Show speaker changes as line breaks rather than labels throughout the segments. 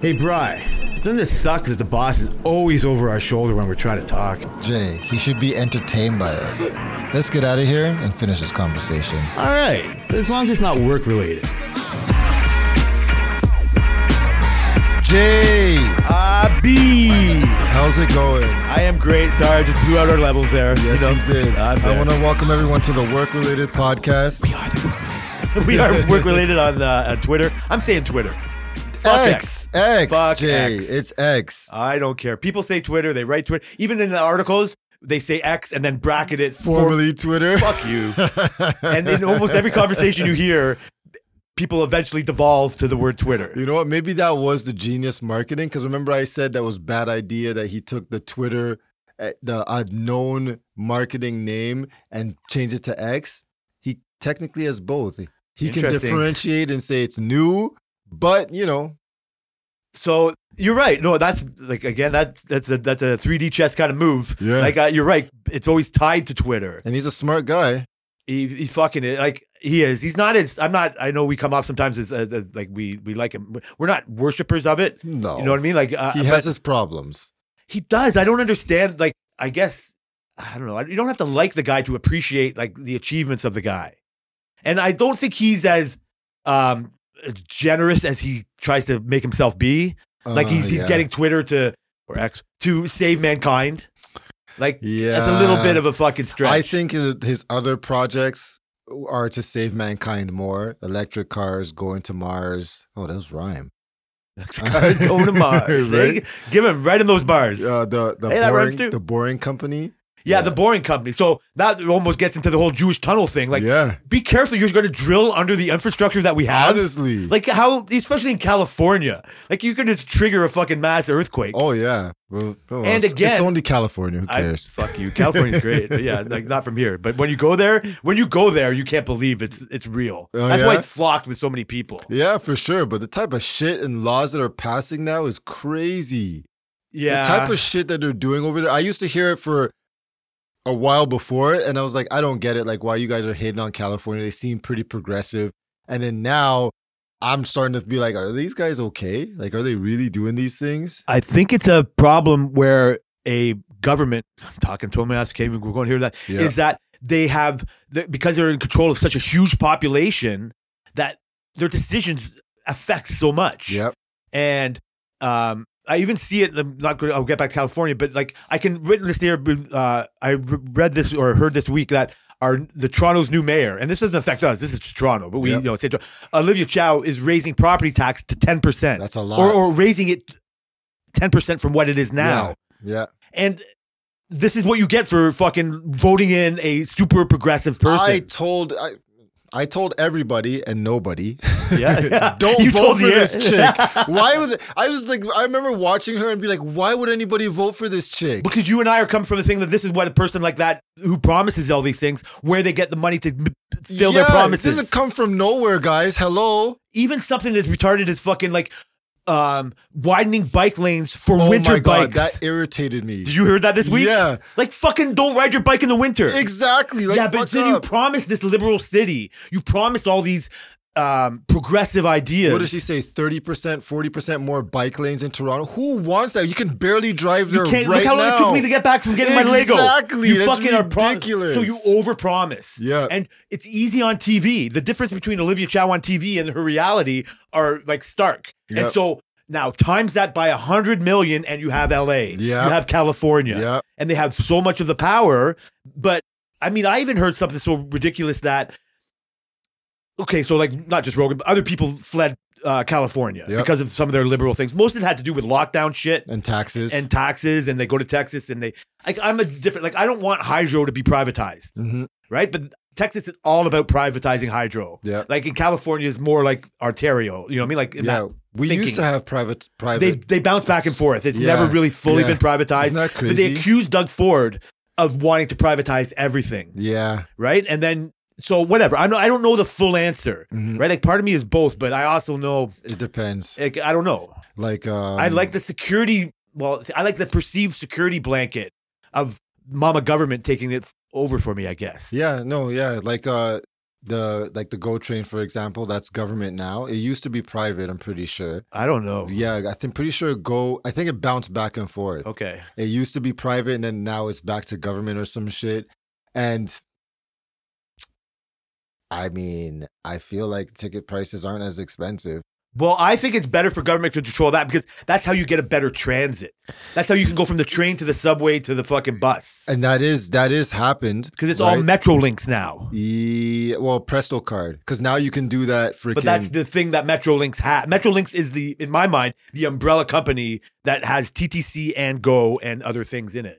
Hey, Bry, doesn't it suck that the boss is always over our shoulder when we're trying to talk?
Jay, he should be entertained by us. Let's get out of here and finish this conversation.
All right, but as long as it's not work related.
Jay,
Ah, B.
how's it going?
I am great. Sorry, I just blew out our levels there.
Yes,
know? Ah,
you did.
I'm
I
there.
want to welcome everyone to the work related podcast.
we are work related on, uh, on Twitter. I'm saying Twitter. Fuck
X, X,
Fuck
Jay.
X.
It's X.
I don't care. People say Twitter. They write Twitter. Even in the articles, they say X and then bracket it for-
Formerly Twitter.
Fuck you. and in almost every conversation you hear, people eventually devolve to the word Twitter.
You know what? Maybe that was the genius marketing. Because remember, I said that was bad idea that he took the Twitter, uh, the unknown marketing name, and changed it to X. He technically has both. He can
Interesting.
differentiate and say it's new, but you know,
So you're right. No, that's like again, that's that's a that's a 3D chess kind of move.
Yeah.
Like uh, you're right. It's always tied to Twitter.
and he's a smart guy.
He he fucking is like he is. He's not as I'm not. I know we come off sometimes as, as, as like we we like him. We're not worshippers of it.
No,
You know what I mean? Like uh,
he
but
has his problems.
he does. I don't understand. Like I guess I don't know. You don't have to like the guy to appreciate like the achievements of the guy. And I don't think he's as um as generous as he tries to make himself be. Like
Uh,
he's he's
yeah.
getting Twitter to or X to save mankind. Like
yeah.
that's a little bit of a fucking stretch.
I think his his other projects are to save mankind more. Electric cars, going to Mars. Oh, those rhyme.
Cars going to Mars.
Right?
eh? Give him right in those bars.
Uh, the the
Hey, that rhymes too.
boring the boring company.
yeah,
yeah.
the boring company. So that almost gets into the whole Jewish tunnel thing. Like,
yeah,
be careful. You're going to drill under the infrastructure that we have.
honestly,
Like how, especially in California, like you could just trigger a fucking mass earthquake.
oh yeah. Well, oh,
And
it's,
again-
it's only California. Who
I-
cares?
fuck you. California's great. But yeah, like not from here. But when you go there, when you go there, you can't believe it's it's real.
Oh,
That's why
yeah?
it's flocked with so many people.
yeah, for sure. But the type of shit and laws that are passing now is crazy.
Yeah.
The type of shit that they're doing over there. I used to hear it for a while before, and I was like, I don't get it. Like, why you guys are hating on California? They seem pretty progressive. And then now I'm starting to be like, are these guys okay? Like, are they really doing these things?
I think it's a problem where a government, I'm talking to him, okay, we're going to hear that, is
Yeah.
that they have, the- because they're in control of such a huge population, that their decisions affect so much.
Yep.
And um, I even see it, I'm not going to, I'll get back to California, but like I can witness there, uh, I re- read this or heard this week that our, the Toronto's new mayor, and this doesn't affect us, this is just Toronto, but we,
Yep.
you know, say, Tor- Olivia Chow is raising property tax to 10%
That's a lot.
or, or raising it 10% from what it is now.
yeah.
And this is what you get for fucking voting in a super progressive
I
person.
told I, I told everybody and nobody.
yeah.
Don't
You
vote
told
for
the-
this chick. Why would I was like I remember watching her and be like, why would anybody vote for this chick?
because you and I are coming from the thing that this is what a person like that who promises all these things, where they get the money to m- fill their
Yeah,
promises.
This doesn't come from nowhere, guys. Hello.
Even something as retarded as fucking like um, widening bike lanes for
oh
winter
my god,
bikes.
that irritated me.
Did you hear that this week?
Yeah.
Like fucking don't ride your bike in the winter.
Exactly. Like,
yeah, but
fuck
then
up.
you promised this liberal city. You promised all these um, progressive ideas.
what did she say? 30%, 40% more bike lanes in Toronto? Who wants that? You can barely drive
You
there
can't
right
look how long
now.
it took me to get back from getting my Lego.
Exactly.
You
That's
fucking
ridiculous.
are pro- so you overpromise.
Yeah.
And it's easy on TV. The difference between Olivia Chow on TV and her reality are like stark. And
Yeah.
so now times that by a hundred million and you have LA.
Yeah.
You have California.
yeah.
and they have so much of the power. But I mean, I even heard something so ridiculous that okay, so like not just Rogan, but other people fled uh, California
Yep.
because of some of their liberal things. Most of it had to do with lockdown shit
And taxes.
and taxes, and they go to Texas and they like I'm a different like I don't want hydro to be privatized,
Mhm.
right? But Texas is all about privatizing hydro.
Yeah.
Like in California is more like Ontario. You know what I mean? Like in
yeah,
that,
we
thinking.
used to have private private.
they they bounce back and forth. It's
Yeah.
never really fully
Yeah.
been privatized.
Isn't that
But they
crazy?
accused Doug Ford of wanting to privatize everything,
yeah,
right? And then so whatever. I'm not, I don't know the full answer,
Mhm.
right? Like part of me is both, but I also know
it depends.
like, I don't know.
Like um,
I like the security. Well, I like the perceived security blanket of mama government taking it over for me. I guess.
Yeah, no, yeah, like uh, the like the Go Train, for example, that's government now. It used to be private. I'm pretty sure.
I don't know.
Yeah, I think pretty sure Go. I think it bounced back and forth.
Okay.
It used to be private, and then now it's back to government or some shit. And I mean, I feel like ticket prices aren't as expensive.
Well, I think it's better for government to control that because that's how you get a better transit. That's how you can go from the train to the subway to the fucking bus.
And that is that is happened
Because it's all
right?
Metro links now.
Yeah, well, Presto card, because now you can do that freaking.
But that's the thing that Metrolinx had. Metrolinx is the, in my mind, the umbrella company that has TTC and Go and other things in it.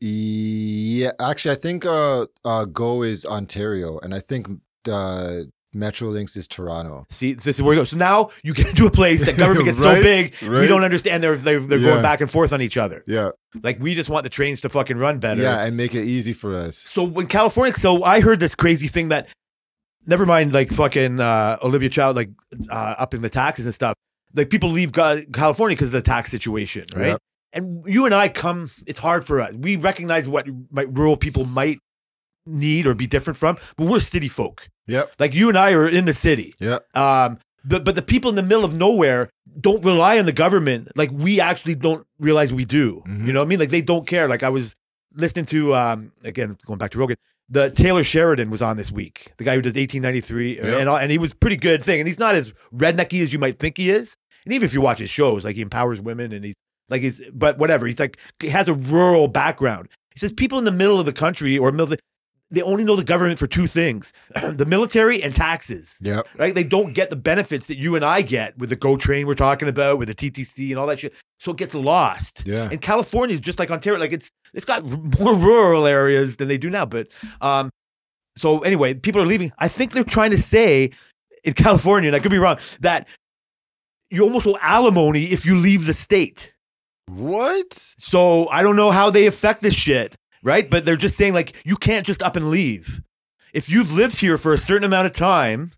E, yeah, actually, I think uh, uh, Go is Ontario, and I think uh, Metrolinx is Toronto.
See, this is where you go. So now you get into a place that government gets so
Right,
big, we
right.
don't understand. They're they're, they're
Yeah.
going back and forth on each other.
Yeah,
Like we just want the trains to fucking run better.
yeah, and make it easy for us.
So when California, so I heard this crazy thing that, never mind, like fucking uh, Olivia Child, like uh, upping the taxes and stuff. Like people leave Ga- California because of the tax situation, right?
Yep.
And you and I come, it's hard for us. We recognize what might, rural people might need or be different from, but we're city folk.
Yep,
Like you and I are in the city.
yep.
Um, the, but the people in the middle of nowhere don't rely on the government. Like we actually don't realize we do.
Mhm.
You know what I mean? Like they don't care. Like I was listening to um, again going back to Rogan. The Taylor Sheridan was on this week. The guy who does 1893,
Yeah.
and all- and he was pretty good thing. And he's not as rednecky as you might think he is. And even if you watch his shows, like he empowers women and he's like he's but whatever. He's like he has a rural background. He says people in the middle of the country or middle of the, they only know the government for two things: the military and taxes
Yep.
right? They don't get the benefits that you and I get with the GO train we're talking about, with the TTC and all that shit. So it gets lost.
Yeah.
And California is just like Ontario, like it's it's got r- more rural areas than they do now. But um, so anyway, people are leaving. I think they're trying to say in California, and I could be wrong, that you almost owe alimony if you leave the state.
What?
So I don't know how they affect this shit, right? But they're just saying like you can't just up and leave. If you've lived here for a certain amount of time,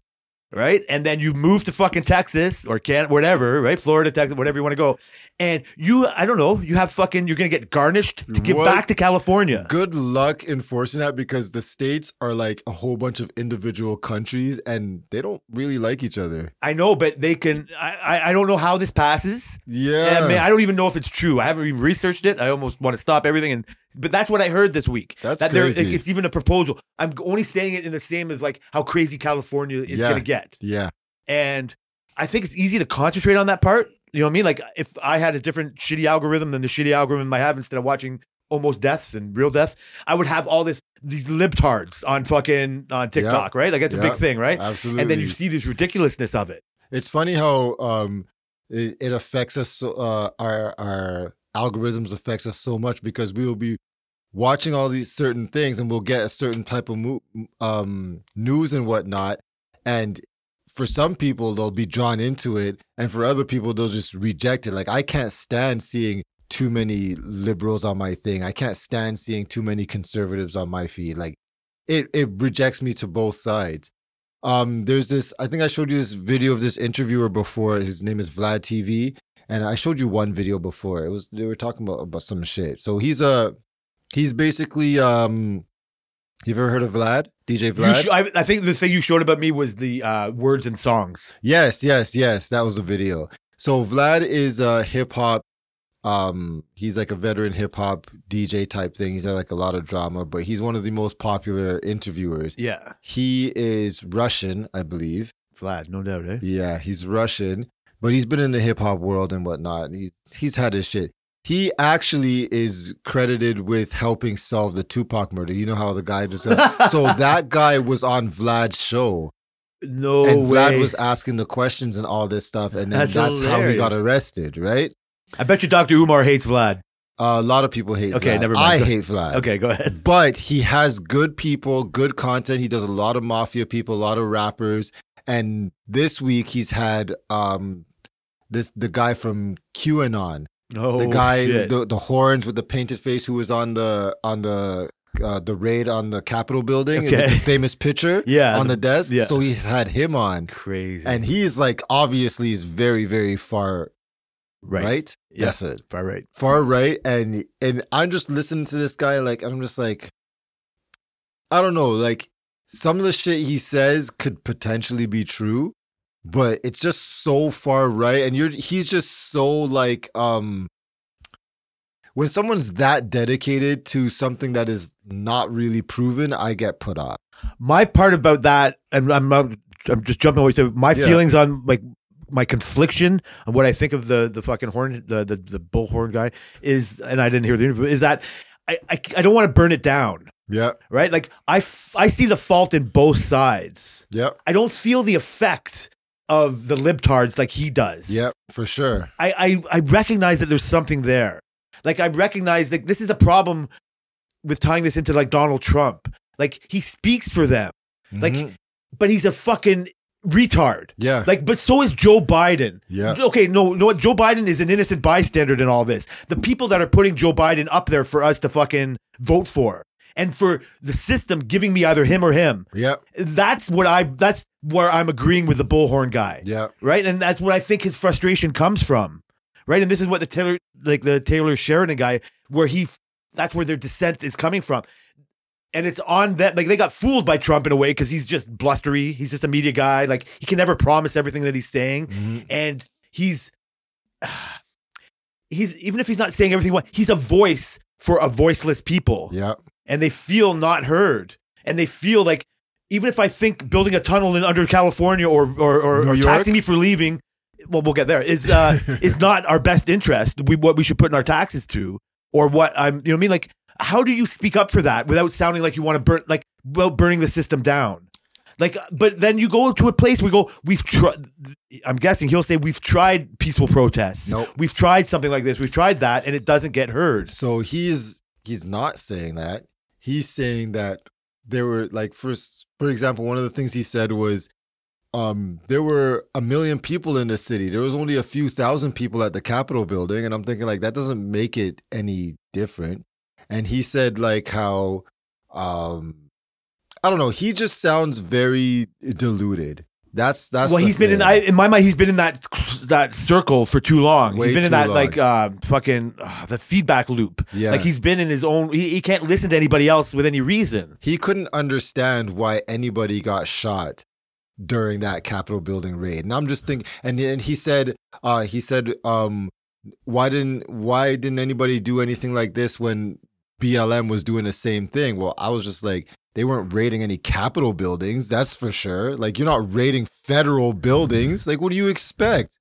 right, and then you move to fucking Texas or can whatever, right, Florida, Texas, whatever you want to go, and you, I don't know, you have fucking, you're gonna get garnished to get
What?
back to California.
Good luck enforcing that because the states are like a whole bunch of individual countries and they don't really like each other.
I know, but they can. I, I, I don't know how this passes.
Yeah,
I, mean, I don't even know if it's true. I haven't even researched it. I almost want to stop everything. And but that's what I heard this week.
That's
that there,
crazy.
it's even a proposal. I'm only saying it in the same as like how crazy California is
Yeah.
gonna get.
yeah,
And I think it's easy to concentrate on that part. You know what I mean? Like if I had a different shitty algorithm than the shitty algorithm I have instead of watching almost deaths and real deaths, I would have all this these libtards on fucking on TikTok, right? Like that's a
Yeah.
big thing, right?
absolutely.
And then you see this ridiculousness of it.
It's funny how um it, it affects us so, uh our our algorithms affects us so much because we will be watching all these certain things and we'll get a certain type of mo- um news and whatnot and for some people they'll be drawn into it and for other people they'll just reject it like i can't stand seeing too many liberals on my thing i can't stand seeing too many conservatives on my feed like it it rejects me to both sides um there's this i think i showed you this video of this interviewer before his name is vlad tv and i showed you one video before it was they were talking about about some shit so he's a he's basically um you've ever heard of vlad dj
You
vlad
sh- I, I think the thing you showed about me was the uh, words and songs.
Yes, yes, yes. That was a video. So Vlad is a hip hop. Um, he's like a veteran hip hop DJ type thing. He's had like a lot of drama, but he's one of the most popular interviewers.
Yeah,
He is Russian, I believe.
Vlad, no doubt, eh?
Yeah, he's Russian, but he's been in the hip hop world and whatnot. He's he's had his shit. He actually is credited with helping solve the Tupac murder. You know how the guy just got, so that guy was on Vlad's show
No
and
way.
Vlad was asking the questions and all this stuff, and then
That's
that's, how he
hilarious.
got arrested, right?
I bet you Dr. Umar hates Vlad.
Uh, a lot of people hate.
Okay,
Vlad.
never mind.
I hate Vlad.
Okay, go ahead.
but he has good people, good content. He does a lot of mafia people, a lot of rappers, and this week he's had um this the guy from QAnon,
No,
the guy
Oh, shit.
the, the horns with the painted face who was on the on the. Uh, the raid on the Capitol building,
Okay.
the famous picture
Yeah,
on
the-
the desk.
yeah.
So he's had him on.
crazy.
and he's like obviously is very very far right,
right, Yeah.
yes it
far right.
far right and and i'm just listening to this guy like i'm just like i don't know like some of the shit he says could potentially be true, but it's just so far right, and you're he's just so like um. When someone's that dedicated to something that is not really proven, I get put off.
my part about that, and I'm I'm, I'm just jumping away. So my
Yeah.
feelings on like my confliction and what I think of the the fucking horn, the the, the bullhorn guy is, and I didn't hear the interview. Is that I I, I don't want to burn it down,
Yeah,
right? Like I f- I see the fault in both sides.
yeah,
I don't feel the effect of the libtards like he does.
yeah, for sure.
I, I I recognize that there's something there. Like I recognize that this is a problem with tying this into like Donald Trump. Like he speaks for them, Like-
Mhm.
but he's a fucking retard.
yeah,
Like, but so is Joe Biden.
yeah,
Okay, no, no. Joe Biden is an innocent bystander in all this. The people that are putting Joe Biden up there for us to fucking vote for, and for the system giving me either him or him.
yeah,
That's what I. That's where I'm agreeing with the bullhorn guy
yeah.
right? And that's what I think his frustration comes from, right? And this is what the Taylor, like the Taylor Sheridan guy, where he, that's where their dissent is coming from, and it's on them. Like they got fooled by Trump in a way because he's just blustery. He's just a media guy. Like he can never promise everything that he's saying,
Mhm.
and he's, he's even if he's not saying everything, he wants, he's a voice for a voiceless people
Yeah,
and they feel not heard and they feel like even if I think building a tunnel in under California or or, or,
New
or
York?
taxing me for leaving, well, we'll get there. Is uh, is not our best interest. We what we should put in our taxes to, or what I'm. You know what I mean? Like, how do you speak up for that without sounding like you want to burn like well burning the system down? Like, uh, but then you go to a place where you go, we've tried. I'm guessing he'll say we've tried peaceful protests.
Nope.
We've tried something like this. We've tried that, and it doesn't get heard.
So he's he's not saying that. He's saying that there were like first for example, one of the things he said was um there were a million people in the city. There was only a few thousand people at the Capitol building and I'm thinking like that doesn't make it any different. And he said like how um I don't know, he just sounds very deluded. That's that's
well,
the
he's been in.
thing.
I, in my mind, he's been in that that circle for too long.
Way
he's been
too
in that
long.
like uh, fucking uh, the feedback loop.
yeah.
Like
he,
he's been in his own. He, he can't listen to anybody else with any reason.
he couldn't understand why anybody got shot during that Capitol building raid. And I'm just thinking, and and he said, uh, he said, um, why didn't why didn't anybody do anything like this when BLM was doing the same thing? Well, I was just like, they weren't raiding any Capitol buildings, that's for sure. Like you're not raiding federal buildings. Like what do you expect?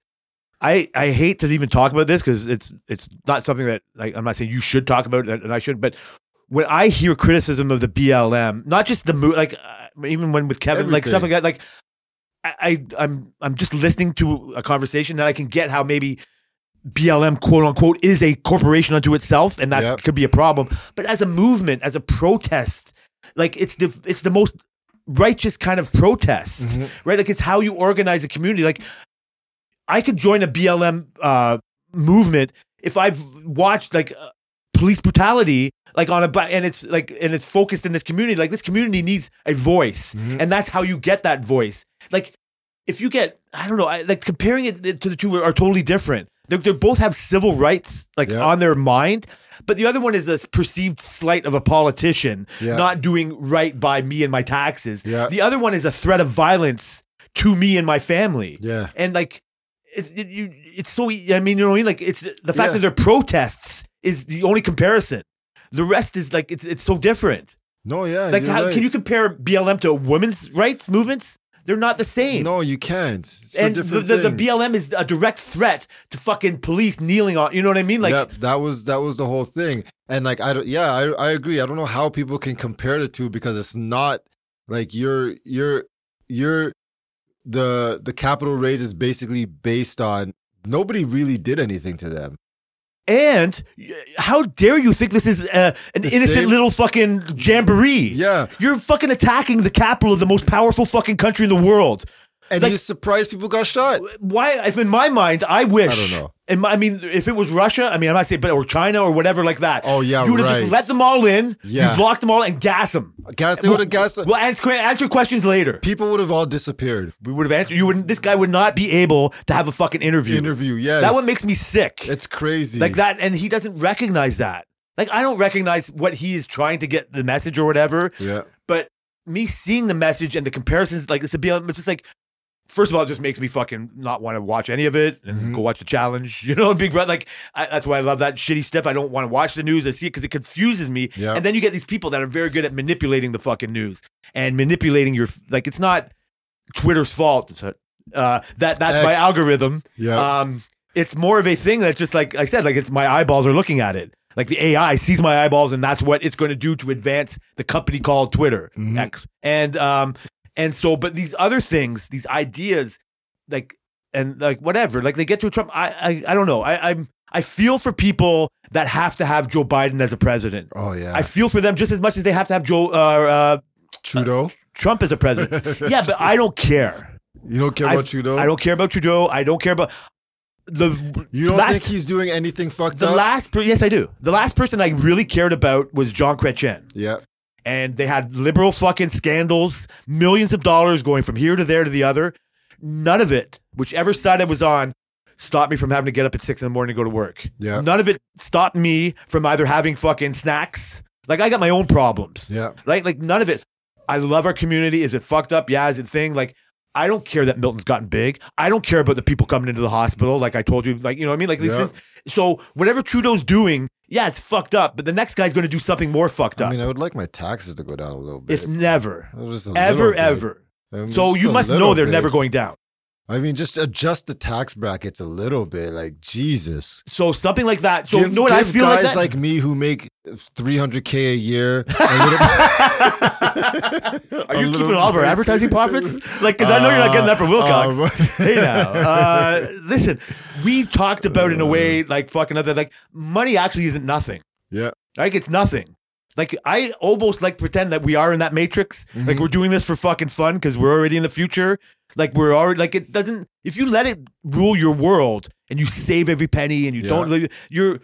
I, I hate to even talk about this because it's it's not something that like, I'm not saying you should talk about it and I shouldn't. But when I hear criticism of the BLM, not just the move, like uh, even when with Kevin, like stuff like that, like I, I I'm I'm just listening to a conversation and I can get how maybe BLM quote unquote is a corporation unto itself and that
Yep.
could be a problem. But as a movement, as a protest, like it's the it's the most righteous kind of
Mm-hmm.
protest right? Like it's how you organize a community. Like I could join a BLM uh, movement if I've watched like uh, police brutality, like on a bu- and it's like and it's focused in this community. Like this community needs a voice,
Mhm.
and that's how you get that voice. Like if you get, I don't know, I, like comparing it to the two are, are totally different. They they both have civil rights like
Yeah.
on their mind, but the other one is this perceived slight of a politician
Yeah.
not doing right by me and my taxes.
Yeah.
The other one is a threat of violence to me and my family.
yeah.
And like, it, it, you, it's so, e- I mean, you know what I mean? Like, it's the fact
Yeah.
that they're protests is the only comparison. The rest is like, it's, it's so different.
No, yeah.
Like,
you're
how
right.
can you compare BLM to women's rights movements? They're not the same.
No, you can't. It's for
and the,
different
the, the
things.
BLM is a direct threat to fucking police kneeling on, you know what I mean? Like,
yep, that was that was the whole thing. And like I don't- yeah, I I agree. I don't know how people can compare the two because it's not like you're you're you're the the capital raid is basically based on nobody really did anything to them.
and y- how dare you think this is uh, an
The
innocent
same-
little fucking jamboree?
Yeah.
You're fucking attacking the capital of the most powerful fucking country in the world.
And
Like-
he's surprised people got shot.
Why? If in my mind, I wish.
I don't know.
In my- I mean, if it was Russia, I mean, I'm not saying, but or China or whatever like that.
Oh yeah,
you would have
right.
just let them all in.
Yeah.
You locked them all and gas them.
gas they would have gas
We'll answer, answer questions later.
people would have all disappeared.
We would have answered. You wouldn't. This guy would not be able to have a fucking interview.
Interview, yes.
That one makes me sick.
it's crazy.
like that, and he doesn't recognize that. Like I don't recognize what he is trying to get the message or whatever.
Yeah.
But me seeing the message and the comparisons, like it's a be it's just like first of all, it just makes me fucking not want to watch any of it and
Mhm.
go watch the challenge. You know, Big Brother. Like I, that's why I love that shitty stuff. I don't want to watch the news. I see it because it confuses me.
Yeah.
And then you get these people that are very good at manipulating the fucking news and manipulating your like. It's not Twitter's fault. Uh, that that's my
X.
algorithm.
yeah.
Um, it's more of a thing that's just like I said, like it's my eyeballs are looking at it. Like the AI sees my eyeballs, and that's what it's going to do to advance the company called Twitter
Mhm.
X. And um, and so, but these other things, these ideas, like and like whatever, like they get to a Trump. I I, I don't know. I I'm I feel for people that have to have Joe Biden as a president.
oh yeah.
I feel for them just as much as they have to have Joe uh, uh,
Trudeau.
Trump as a president. yeah, but I don't care.
you don't care
I-
about Trudeau.
I don't care about Trudeau. I don't care about the
you don't
last-
think he's doing anything fucked
the
up?
last, per- yes, I do. The last person I really cared about was John Chrétien,
yeah.
and they had liberal fucking scandals, millions of dollars going from here to there to the other. None of it, whichever side I was on, stopped me from having to get up at six in the morning to go to work.
Yeah.
None of it stopped me from either having fucking snacks. Like I got my own problems.
Yeah.
Like, like none of it. I love our community. Is it fucked up? Yeah. Is it thing? Like, I don't care that Milton's gotten big. I don't care about the people coming into the hospital. Like I told you, like, you know what I mean? Like, these
Yeah.
things- so whatever Trudeau's doing, yeah, it's fucked up, but the next guy's going to do something more fucked up.
I mean, I would like my taxes to go down a little bit.
it's never,
Just a little
ever,
bit.
ever.
I mean,
So
just
you
a
must
little
know they're
bit.
never going down.
I mean, just adjust the tax brackets a little bit. Like Jesus.
So something like that. So
give,
you know what I
give
feel like
guys
that?
like me who make 300k a year. a little-
Are
a
you
little
keeping all of our
bit- Um,
advertising profits? Like, because I know you're not getting that from
Uh,
Wilcox.
uh,
hey now, uh, listen, we talked about in a way like fucking other like money actually isn't nothing.
Yeah.
like it's nothing. Like I almost like pretend that we are in that matrix. Like
Mhm.
we're doing this for fucking fun because we're already in the future. Like we're already like it doesn't. If you let it rule your world and you save every penny and you
Yeah.
don't, you're.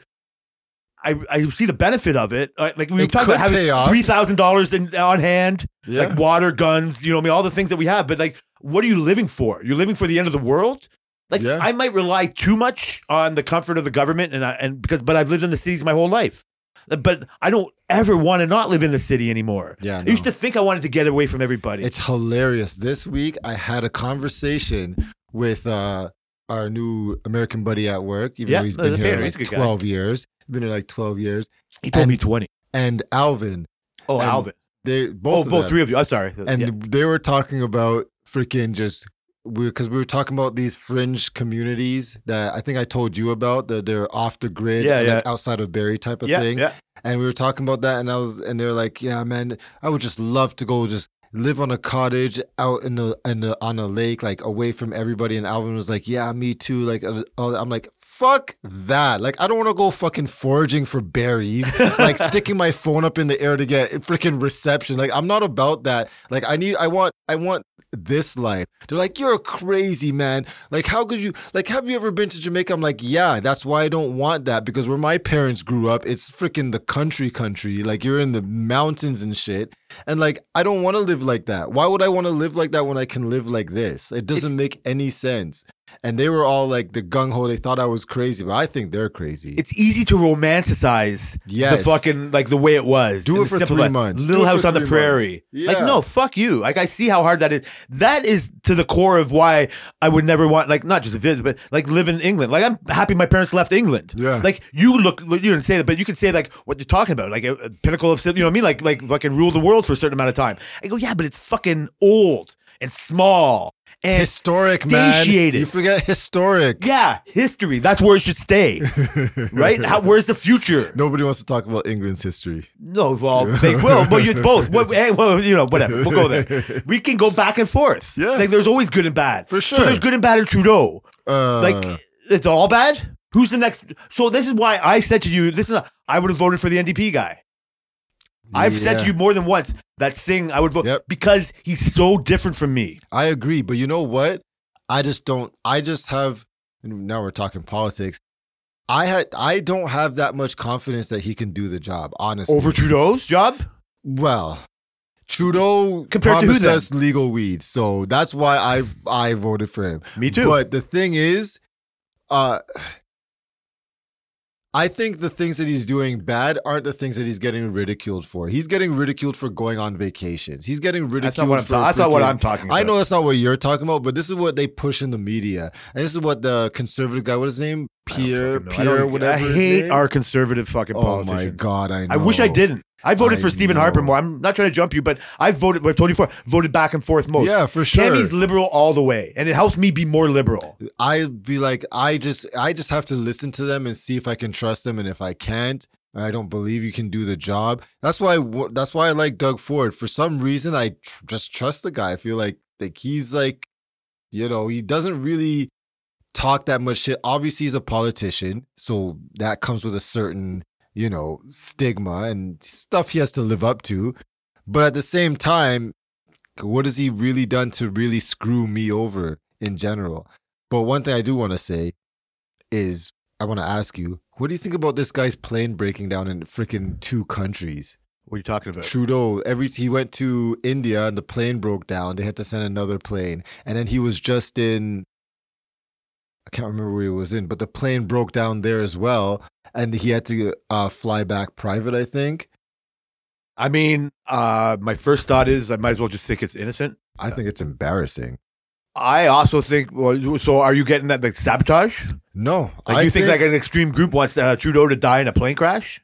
I, I see the benefit of it. Uh, Like we
It
talked about
could pay
having
off.
three thousand dollars on hand
yeah.
like water, guns, you know, what I mean, all the things that we have. But like, what are you living for? You're living for the end of the world. Like,
Yeah.
I might rely too much on the comfort of the government, and I, and because, but I've lived in the cities my whole life. Uh, But I don't ever want to not live in the city anymore.
yeah.
I
no.
used to think I wanted to get away from everybody.
It's hilarious. This week I had a conversation with uh, our new American buddy at work, even
Yeah,
though he's
no,
been
the
here
Peter, he's
like
a good guy.
12 years. Been here like 12 years.
he told
and-
me twenty.
And Alvin,
Oh,
and
Alvin.
they
Oh,
both of
both
them.
three of you. I'm sorry.
and
Yeah.
they were talking about freaking just because we were talking about these fringe communities that I think I told you about that they're off the grid,
Yeah,
and, like, outside of Barry type of
yeah,
thing.
yeah.
And we were talking about that, and I was, and they're like, "Yeah, man, I would just love to go just live on a cottage out in the in the on a lake, like away from everybody." And Alvin was like, "Yeah, me too." Like, uh, uh, I'm like. Fuck that. Like, I don't want to go fucking foraging for berries, like sticking my phone up in the air to get freaking reception. Like, I'm not about that. Like, I need, I want, I want this life. They're like, you're crazy, man. Like, how could you, like, have you ever been to Jamaica? I'm like, yeah, that's why I don't want that because where my parents grew up, it's freaking the country, country. Like, you're in the mountains and shit. And like, I don't want to live like that. Why would I want to live like that when I can live like this? It doesn't make any sense. And they were all like the gung ho. They thought I was crazy, but I think they're crazy.
It's easy to romanticize
yes.
the fucking like the way it was.
Do
in
it
the
for
simple
three
life.
months.
Little
Do it
House
for
on the
three
Prairie.
months.
Like
Yeah.
no, fuck you. Like I see how hard that is. That is to the core of why I would never want like not just a visit, but like live in England. Like I'm happy my parents left England.
Yeah.
Like you look, you didn't say that, but you could say like what you're talking about, like a, a pinnacle of, civ- you know what I mean? Like like fucking rule the world for a certain amount of time. I go yeah, but it's fucking old and small and
historic, man.
satiated.
You forget historic.
yeah, history. That's where it should stay, right? How, where's the future?
Nobody wants to talk about England's history.
No, well, they will, but it's both. What, hey, well, you know, whatever. We'll go there. We can go back and forth.
Yeah.
Like, there's always good and bad.
For
So
sure.
there's good and bad in Trudeau.
Uh,
Like, it's all bad? Who's the next? So this is why I said to you, this is, a, I would have voted for the NDP guy. I've said to
yeah.
you more than once that Singh, I would vote
Yep.
because he's so different from me.
I agree, but you know what? I just don't. I just have. Now we're talking politics. I had. I don't have that much confidence that he can do the job. Honestly,
Over Trudeau's job?
well, Trudeau
Compared to who
promised
then?
us legal weed, so that's why I I voted for him.
Me too.
But the thing is, uh, I think the things that he's doing bad aren't the things that he's getting ridiculed for. He's getting ridiculed for going on vacations. He's getting ridiculed.
That's not what I'm
for
talking. That's not what
freaking-
I'm talking. About.
I know that's not what you're talking about, but this is what they push in the media, and this is what the conservative guy, what is his name,
I don't
Pierre,
fucking know. I don't
Pierre,
even-
whatever.
I
his
hate
name-
our conservative fucking
Oh
politicians.
my god! I know.
I wish I didn't. I voted
I
for Stephen Harper
know.
more. I'm not trying to jump you, but I voted. I've told you before. Voted back and forth most.
Yeah, for sure.
Tammy's liberal all the way, and it helps me be more liberal.
I'd be like, I just, I just have to listen to them and see if I can trust them, and if I can't, and I don't believe you can do the job. That's why, I- that's why I like Doug Ford. For some reason, I tr- just trust the guy. I feel like, like he's like, you know, he doesn't really talk that much shit. Obviously, he's a politician, so that comes with a certain, you know, stigma and stuff he has to live up to. But at the same time, what has he really done to really screw me over in general? But one thing I do want to say is I want to ask you, what do you think about this guy's plane breaking down in freaking two countries?
What are you talking about?
Trudeau, every he went to India and the plane broke down. They had to send another plane, and then he was just in. I can't remember where he was in, but the plane broke down there as well, and he had to uh, fly back private. I think.
I mean, uh, my first thought is I might as well just think it's innocent.
I think it's embarrassing.
I also think. Well, so are you getting that like sabotage?
No,
Like
I
you think, like an extreme group wants uh, Trudeau to die in a plane crash?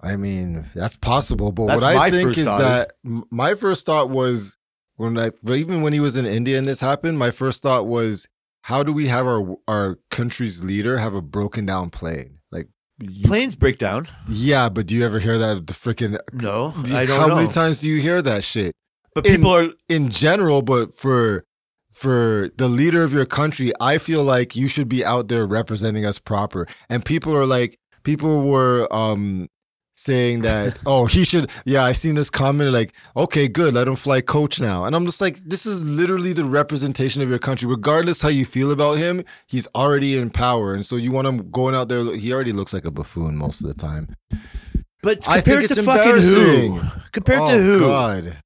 I mean, that's possible. But
That's
what I
my
think
first
is
thought is-
that m my first thought was when I even when he was in India and this happened, my first thought was how do we have our our country's leader have a broken down plane? Like, you-
Planes break down.
yeah, but do you ever hear that? The freaking
No, I don't
how
know.
many times do you hear that shit
but
in-
people are
in general? But for for the leader of your country, I feel like you should be out there representing us proper. And people are like, people were um saying that oh he should yeah i seen this comment like okay good let him fly coach now and i'm just like this is literally the representation of your country regardless how you feel about him he's already in power and so you want him going out there he already looks like a buffoon most of the time
But
I think
compared
it's
to fucking who?
embarrassing.
Compared
oh
to who?
god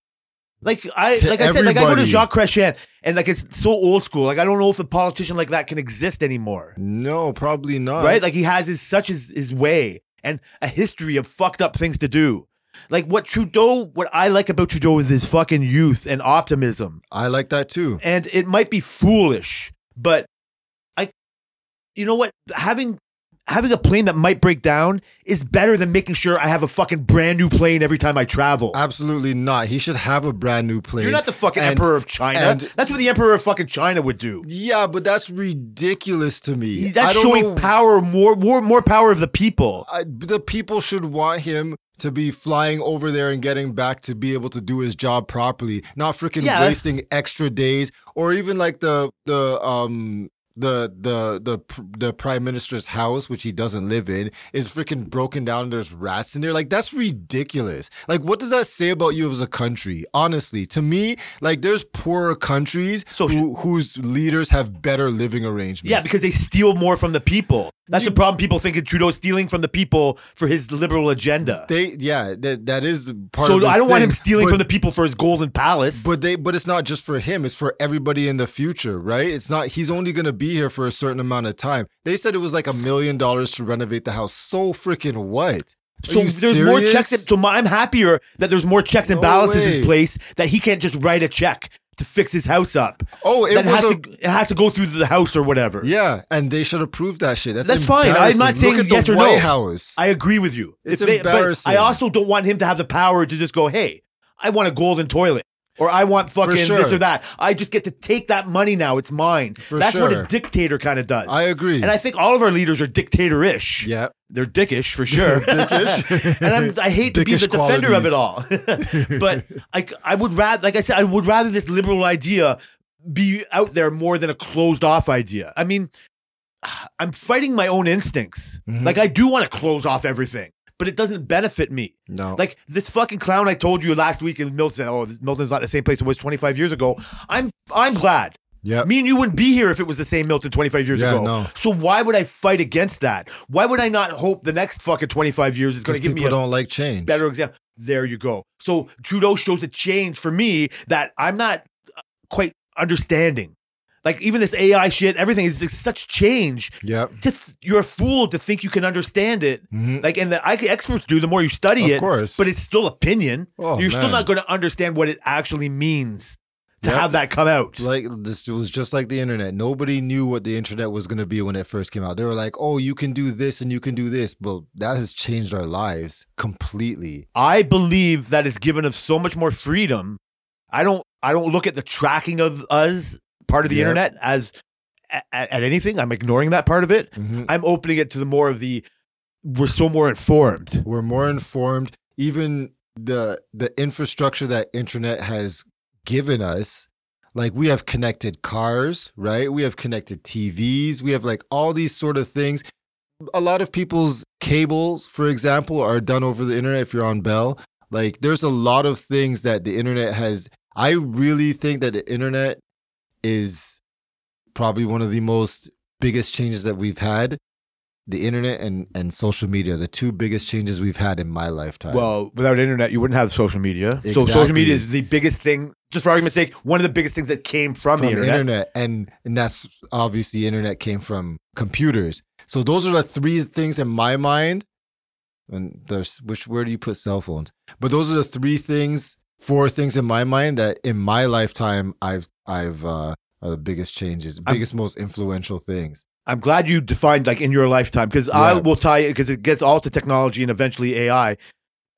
Like I,
To
like I said, like I go to
everybody.
Jacques Chrétien, and like it's so old school. Like I don't know if a politician like that can exist anymore,
no probably not
right? Like he has his such his his way and a history of fucked up things to do. Like what Trudeau, what I like about Trudeau is his fucking youth and optimism,
i like that too
and it might be foolish, but I, you know what, having. Having a plane that might break down is better than making sure I have a fucking brand new plane every time I travel.
Absolutely not. He should have a brand new plane.
You're not the fucking
And-
emperor of China.
and-
That's what the emperor of fucking China would do.
yeah, but that's ridiculous to me. I
That's
don't
showing
know-
power, more, more, more power of the people.
I, the people should want him to be flying over there and getting back to be able to do his job properly, not freaking
Yeah.
wasting extra days or even like the the um the the the pr- the prime minister's house, which he doesn't live in, is freaking broken down. and There's rats in there. Like that's ridiculous. Like what does that say about you as a country? Honestly, to me, like there's poorer countries
So-
who, whose leaders have better living arrangements.
Yeah, because they steal more from the people. That's the problem. People think that Trudeau's stealing from the people for his liberal agenda.
they yeah that that is part.
So I
of
don't
this
want
thing,
him stealing
but-
from the people for his golden palace.
But they but it's not just for him, it's for everybody in the future, right? It's not he's only gonna be here for a certain amount of time. They said it was like a million dollars to renovate the house. So freaking what? Are
so
you
there's more
serious?
checks. and- so my- I'm happier that there's more checks and
No
balances in
way.
his place that he can't just write a check to fix his house up.
Oh, it
that
was
has
a,
to it has to go through the house or whatever.
Yeah, and they should approve that shit. That's,
That's fine. I'm not
embarrassing.
saying
Look at
yes
the
or no.
White House.
I agree with you.
It's
If they- but
embarrassing.
I also don't want him to have the power to just go, hey, I want a golden toilet or I want fucking
sure.
this or that. I just get to take that money now. It's mine.
For
That's what
sure.
a dictator kind of does.
I agree.
and I think all of our leaders are dictatorish.
yeah.
They're dickish for sure.
Dickish.
and I'm, I hate to be
Dickish
the defender of it all. but I, I would rather, like I said, I would rather this liberal idea be out there more than a closed off idea. I mean, I'm fighting my own instincts.
Mhm.
Like I do want to close off everything, but it doesn't benefit me.
No.
Like this fucking clown I told you last week in Milton. Oh, this- Milton's not the same place it was 25 years ago. I'm I'm glad.
Yep.
Me and you wouldn't be here if it was the same Milton 25 years
Yeah,
ago.
no.
So why would I fight against that? Why would I not hope the next fucking 25 years is going
Because
to give
people
me a
don't like change.
better example? There you go. So Trudeau shows a change for me that I'm not uh, quite understanding. Like even this AI shit, everything is just such change.
Yep.
To th- you're a fool to think you can understand it.
Mhm.
Like and the I, experts do. The more you study
Of
it,
course.
but it's still opinion.
Oh,
you're still
man.
not going to understand what it actually means to
Yep.
have that come out.
like this it was just like the internet. Nobody knew what the internet was going to be when it first came out. They were like, "Oh, you can do this and you can do this." But that has changed our lives completely.
I believe that is given us so much more freedom. I don't I don't look at the tracking of us part of the
Yeah.
internet as at, at anything. I'm ignoring that part of it. I'm opening it to the more of the we're so more informed.
We're more informed. Even the the infrastructure that internet has given us, like we have connected cars, right? We have connected TVs. We have like all these sort of things. A lot of people's cables, for example, are done over the internet. If you're on Bell, like there's a lot of things that the internet has. I really think that the internet is probably one of the most biggest changes that we've had. The internet and, and social media, the two biggest changes we've had in my lifetime.
Well, without internet, you wouldn't have social media. So social
Exactly.
media is the biggest thing. Just for argument's sake, one of the biggest things that came from, the
from
internet.
and and that's obviously the internet came from computers so those are the three things in my mind and there's which where do you put cell phones but those are the three things four things in my mind that in my lifetime i've i've uh are the biggest changes
I'm-
biggest most influential things
I'm glad you defined like in your lifetime because I
Yeah.
will tie it because it gets all to technology and eventually AI.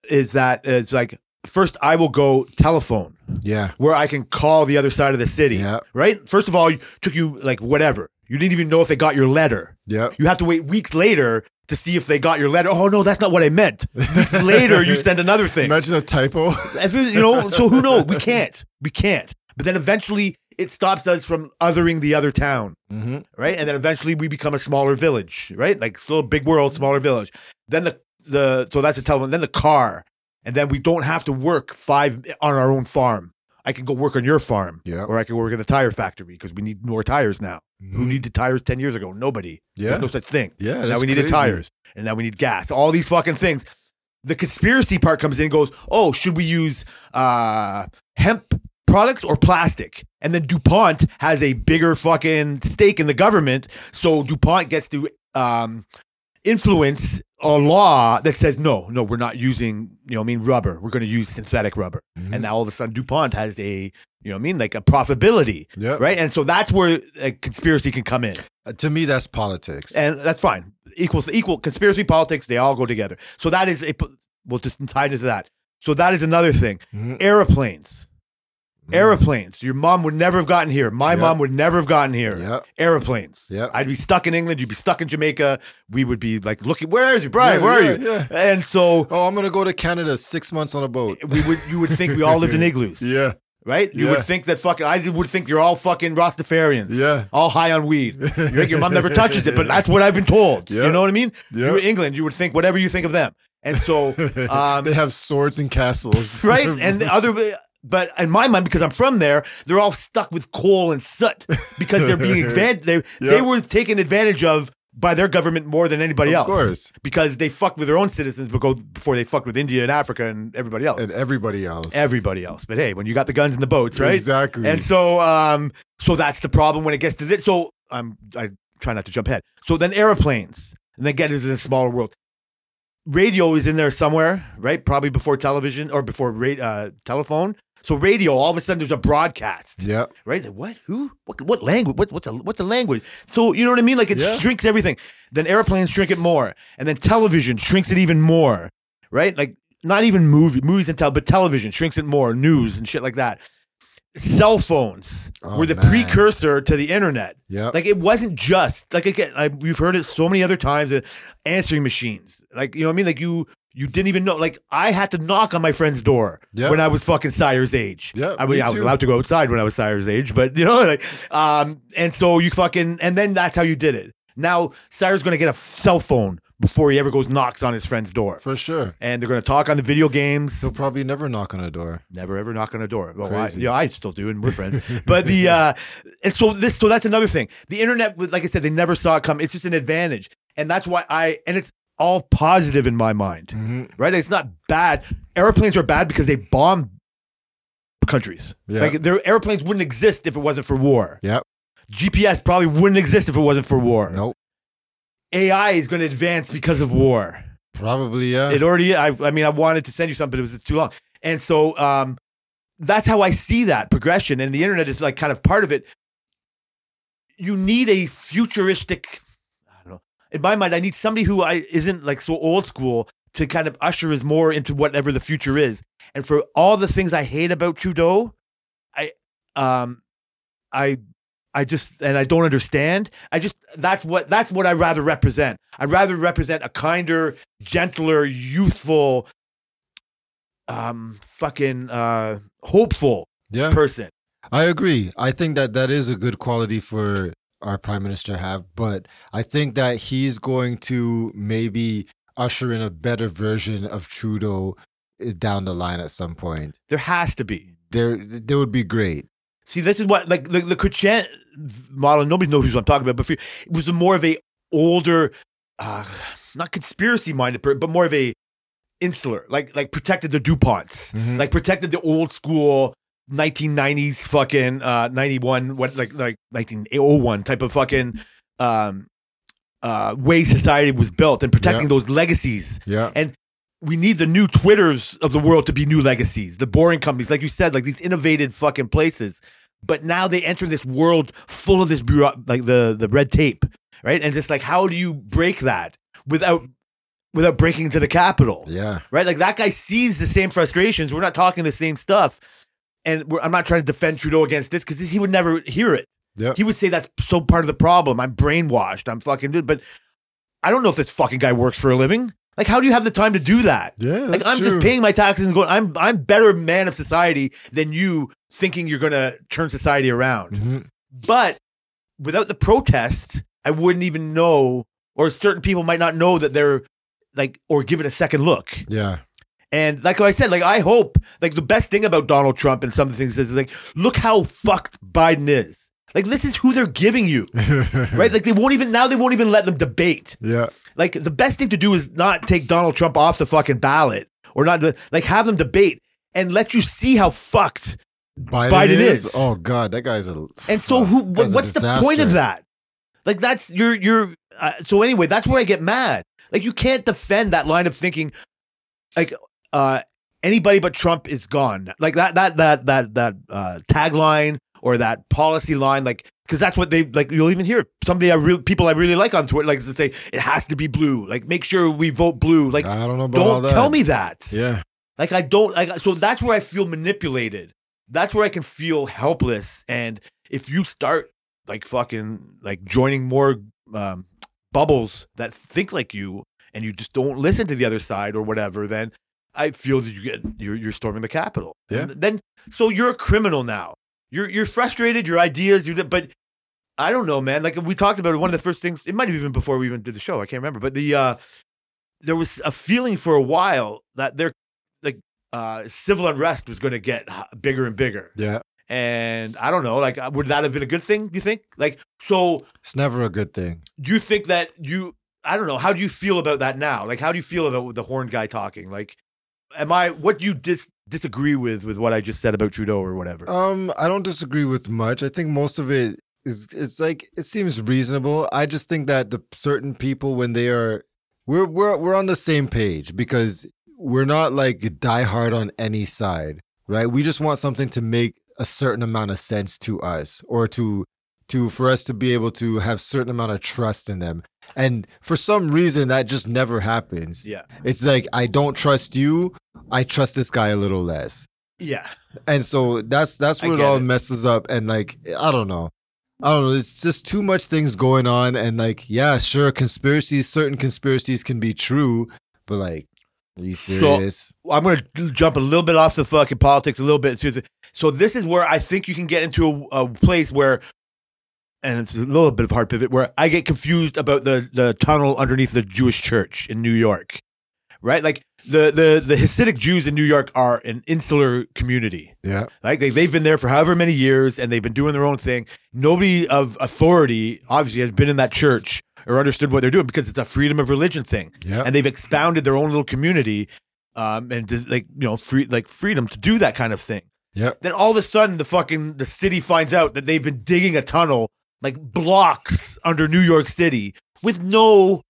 Is that it's like first I will go telephone
yeah
where I can call the other side of the city.
yeah
Right. First of all, it took you like whatever. You didn't even know if they got your letter.
yeah
You have to wait weeks later to see if they got your letter. Oh no, that's not what I meant. Weeks later, you send another thing.
imagine a typo
If it- you know, so who knows? We can't. We can't. But then eventually, it stops us from othering the other town
hmm
right? And then eventually we become a smaller village, right? Like it's a little big world, smaller village. Then the the so that's a telephone. Then the car, and then we don't have to work five on our own farm. I can go work on your farm,
yeah
or I can work in the tire factory because we need more tires now. Who needed tires ten years ago? Nobody.
Mm-hmm. yeah
There's no such thing.
yeah
now
that's
we needed
crazy.
tires, and now we need gas. All these fucking things. The conspiracy part comes in. and Goes, oh, should we use uh, hemp products or plastic? And then Dupont has a bigger fucking stake in the government, so Dupont gets to um, influence a law that says no, no, we're not using, you know, what I mean, rubber. We're going to use synthetic rubber.
Mhm.
And now all of a sudden, Dupont has a, you know, what I mean, like a profitability,
yeah
right? And so that's where a conspiracy can come in
Uh, to me that's politics
and that's fine. Equals equal conspiracy politics. They all go together. So that is a. We'll just tie into that. So that is another thing.
Mhm.
Aeroplanes.
Mm. mm-hmm,
Aeroplanes. Your mom would never have gotten here. My
Yeah.
mom would never have gotten here.
yeah
Aeroplanes.
Yeah.
I'd be stuck in England. You'd be stuck in Jamaica. We would be like, looking. Where is you, Brian? where are you?
yeah
And so
Oh, I'm gonna go to Canada six months on a boat.
we would. You would think we all lived in igloos.
Yeah,
Right. You would
Yeah.
think that fucking. I would think you're all fucking Rastafarians.
yeah,
All high on weed. You're like, your mom never touches it, but that's what I've been told.
Yeah.
You know what I mean? You were
yeah.
England, you would think whatever you think of them. And so, um,
they have swords and castles,
right? And uh, the other, but in my mind, because I'm from there, they're all stuck with coal and soot because they're being advan They, they
Yeah.
were taken advantage of by their government more than anybody
of
else.
course,
Because they fucked with their own citizens beco- before they fucked with India and Africa and everybody else.
and everybody else,
everybody else. But hey, when you got the guns and the boats, right?
Exactly.
And so, um, so that's the problem when it gets to this. So I'm I try not to jump ahead. So then airplanes, and then get into the smaller world. Radio is in there somewhere, right? Probably before television or before ra- uh, telephone. So radio, all of a sudden, there's a broadcast,
yeah,
right? It's like, what? Who? What? What language? What, what's a what's a language? So you know what I mean? Like it
Yeah.
shrinks everything. Then airplanes shrink it more, and then television shrinks it even more, right? Like not even movie movies and tel, but television shrinks it more, news and shit like that. Cell phones
Oh,
were the
man.
precursor to the internet.
yeah.
Like it wasn't just like again, I, we've heard it so many other times. uh, Answering machines, like you know what I mean? Like you you didn't even know. Like I had to knock on my friend's door
Yeah.
when I was fucking Sire's age.
Yeah,
I mean,
me
I was
too.
allowed to go outside when I was Sire's age, but you know, like um, and so you fucking and then that's how you did it. Now Sire's gonna get a cell phone before he ever goes knocks on his friend's door,
for sure.
and they're gonna talk on the video games.
He'll probably never knock on a door.
Never ever knock on a door. Well, I,
Crazy.
yeah, I still do, and we're friends. But the uh, and so this, so that's another thing. The internet was, like I said, they never saw it come. It's just an advantage, and that's why I and it's all positive in my mind,
Mhm.
right? It's not bad. Airplanes are bad because they bomb countries.
Yeah,
Like their airplanes wouldn't exist if it wasn't for war.
Yep.
GPS probably wouldn't exist if it wasn't for war.
Nope.
AI is going to advance because of war.
Probably yeah.
It already. I, I mean, I wanted to send you something, but it was too long. And so um, that's how I see that progression, and the internet is like kind of part of it. You need a futuristic. I don't know. In my mind, I need somebody who I isn't like so old school to kind of usher us more into whatever the future is. And for all the things I hate about Trudeau, I, um, I, I just and I don't understand. I just that's what that's what I rather represent. I'd rather represent a kinder, gentler, youthful, um, fucking uh, hopeful
yeah.
person.
I agree. I think that that is a good quality for our prime minister to have, but I think that he's going to maybe usher in a better version of Trudeau eh, down the line at some point.
There has to be.
There, that would be great.
See, this is what like the the Kuchen model. Nobody knows who I'm talking about, but for, it was more of a older, uh, not conspiracy minded, per- but more of a insular, like like protected the Duponts,
Mhm.
like protected the old school 1990s fucking uh 91 what like like 1901 type of fucking um uh way society was built and protecting
Yeah.
those legacies
yeah,
we need the new Twitters of the world to be new legacies, the boring companies, like you said, like these innovative fucking places. But now they enter this world full of this bureau, like the the red tape, right? And just like, how do you break that without without breaking into the capital,
yeah.
right? Like that guy sees the same frustrations. We're not talking the same stuff, and we're, I'm not trying to defend Trudeau against this because he would never hear it.
Yeah.
He would say that's so part of the problem. I'm brainwashed. I'm fucking dude. But I don't know if this fucking guy works for a living. Like, how do you have the time to do that?
Yeah,
Like
that's
I'm
true.
just paying my taxes and going. I'm I'm better man of society than you thinking you're gonna turn society around.
Mhm.
But without the protest, I wouldn't even know, or certain people might not know that they're like or give it a second look.
Yeah,
And like I said, like I hope, like the best thing about Donald Trump and some of the things is like, look how fucked Biden is. Like this is who they're giving you, right? Like they won't even now they won't even let them debate.
yeah,
Like the best thing to do is not take Donald Trump off the fucking ballot or not like have them debate and let you see how fucked.
Biden,
Biden
is.
is.
Oh God, that guy's a.
And so who
That
what,
was a
what's the point
disaster.
of that? Like that's you're you're uh, so anyway, that's where I get mad. Like you can't defend that line of thinking like uh anybody but Trump is gone. Like that that that that that uh tagline or that policy line like because that's what they like. You'll even hear somebody I real people I really like on Twitter like to say it has to be blue. Like make sure we vote blue. Like
I don't know about all
don't
that.
tell me that.
Yeah,
Like I don't like so that's where I feel manipulated. That's where I can feel helpless. And if you start like fucking like joining more um, bubbles that think like you and you just don't listen to the other side or whatever, then I feel that you get you're you're storming the Capitol.
Yeah.
And then so you're a criminal now. You're you're frustrated, your ideas, you but I don't know, man. Like we talked about it, one of the first things it might have even before we even did the show, I can't remember. But the uh there was a feeling for a while that there uh, civil unrest was going to get h- bigger and bigger.
yeah.
And I don't know, like, uh, would that have been a good thing? Do you think? Like, so
It's never a good thing.
do you think that you? I don't know. How do you feel about that now? Like, how do you feel about the horn guy talking? Like, am I? What do you dis- disagree with with what I just said about Trudeau or whatever?
Um, I don't disagree with much. I think most of it is it's like it seems reasonable. I just think that the certain people when they are we're we're we're on the same page because we're not like diehard on any side, right? We just want something to make a certain amount of sense to us or to to for us to be able to have certain amount of trust in them. And for some reason that just never happens.
yeah,
It's like I don't trust you, I trust this guy a little less
yeah.
and so that's that's
I
where it
get
all
it.
messes up and like i don't know i don't know it's just too much things going on and like yeah sure conspiracies certain conspiracies can be true but like are you
So-
serious
Well, I'm going to jump a little bit off the fucking politics a little bit. Seriously. So this is where I think you can get into a, a place where, and it's a little bit of hard pivot, where I get confused about the the tunnel underneath the Jewish church in New York, right? Like the the the Hasidic Jews in New York are an insular community.
yeah
Like they, they've been there for however many years and they've been doing their own thing. Nobody of authority obviously has been in that church or understood what they're doing because it's a freedom of religion thing
yeah
and they've expounded their own little community um, and just, like you know free like freedom to do that kind of thing
Yep.
then all of a sudden the fucking the city finds out that they've been digging a tunnel like blocks under New York City with no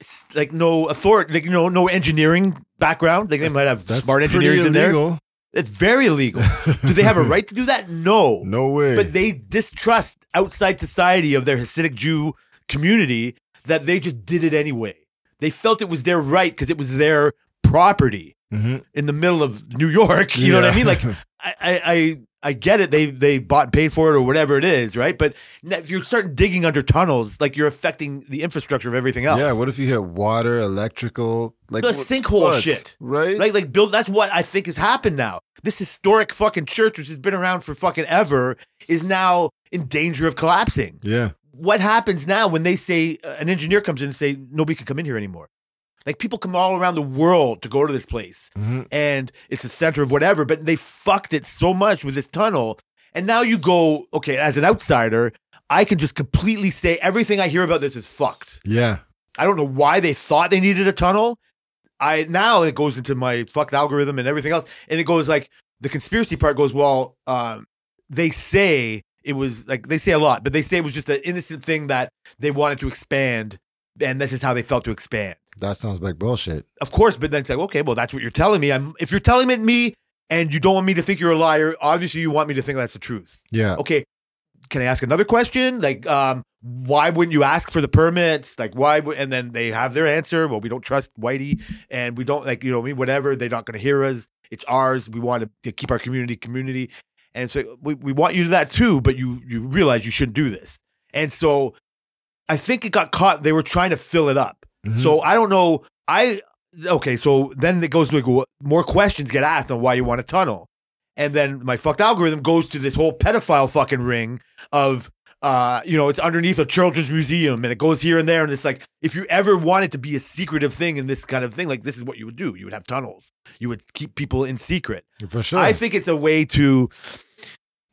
s- like no authority, like no no engineering background. Like they
That's-
might have smart engineers in there. It's very illegal. Do they have a right to do that? No.
No way.
But they distrust outside society of their Hasidic Jew community that they just did it anyway. They felt it was their right because it was their property
Mhm.
in the middle of New York. You know what I
Yeah.
mean? Like I, I, I, I get it. They they bought and paid for it or whatever it is, right? But now if you start digging under tunnels, like you're affecting the infrastructure of everything else.
yeah. What if you hit water, electrical, like
The
what
sinkhole
fuck,
shit.
right?
Right, like build. That's what I think has happened now. This historic fucking church, which has been around for fucking ever, is now in danger of collapsing.
yeah,
What happens now when they say uh, an engineer comes in and say nobody can come in here anymore? Like people come all around the world to go to this place,
Mhm.
and it's a center of whatever. But they fucked it so much with this tunnel, and now you go okay. As an outsider, I can just completely say everything I hear about this is fucked.
yeah.
I don't know why they thought they needed a tunnel. I now it goes into my fucked algorithm and everything else, and it goes like the conspiracy part goes well. Um, they say it was like they say a lot, but they say it was just an innocent thing that they wanted to expand, and this is how they felt to expand.
That sounds like bullshit.
Of course, but then it's like okay, well that's what you're telling me. I'm if you're telling it me and you don't want me to think you're a liar, obviously you want me to think that's the truth
Yeah,
okay can i ask another question like um why wouldn't you ask for the permits like why would and then they have their answer well we don't trust whitey and we don't like you know what i mean whatever they're not going to hear us it's ours we want to, to keep our community community and so we, we want you to that too but you you realize you shouldn't do this and so i think it got caught they were trying to fill it up
Mhm.
so I don't know. I okay. So then it goes to like, wh- more questions get asked on why you want a tunnel, and then my fucked algorithm goes to this whole pedophile fucking ring of uh you know it's underneath a children's museum and it goes here and there and it's like if you ever wanted to be a secretive thing in this kind of thing like this is what you would do you would have tunnels you would keep people in secret
Mm-hmm. for sure.
I think it's a way to.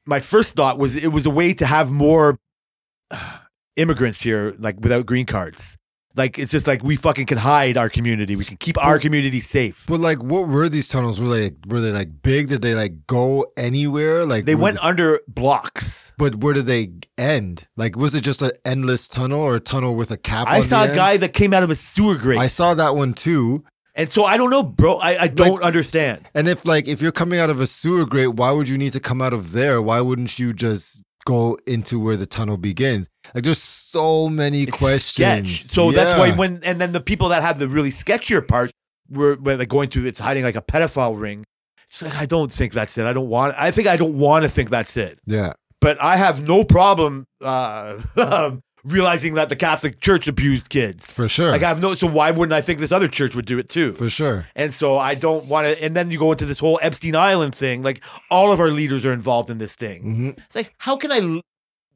My first thought was it was a way to have more uh, immigrants here, like without green cards. Like it's just like we fucking can hide our community. We can keep our community safe.
but like, what were these tunnels? Were they were they like big? Did they like go anywhere? Like
They
were
went under blocks.
But where did they end? Like, was it just an endless tunnel or a tunnel with a cap?
I
on
saw
the
a
end?
guy that came out of a sewer grate,
I saw that one too.
and so I don't know, bro. I, I don't understand.
And if like if you're coming out of a sewer grate, why would you need to come out of there? Why wouldn't you just go into where the tunnel begins? Like, there's so many
It's
questions.
sketch. So that's why
Yeah.
when and then the people that have the really sketchier parts were when they're going to it's hiding like a pedophile ring. It's like I don't think that's it. I don't want. I think I don't want to think that's it.
yeah,
but I have no problem uh, realizing that the Catholic Church abused kids.
for sure,
Like I have no, so why wouldn't I think this other church would do it too?
for sure.
And so I don't want to. And then you go into this whole Epstein Island thing. Like all of our leaders are involved in this thing.
hmm
It's like how can I l-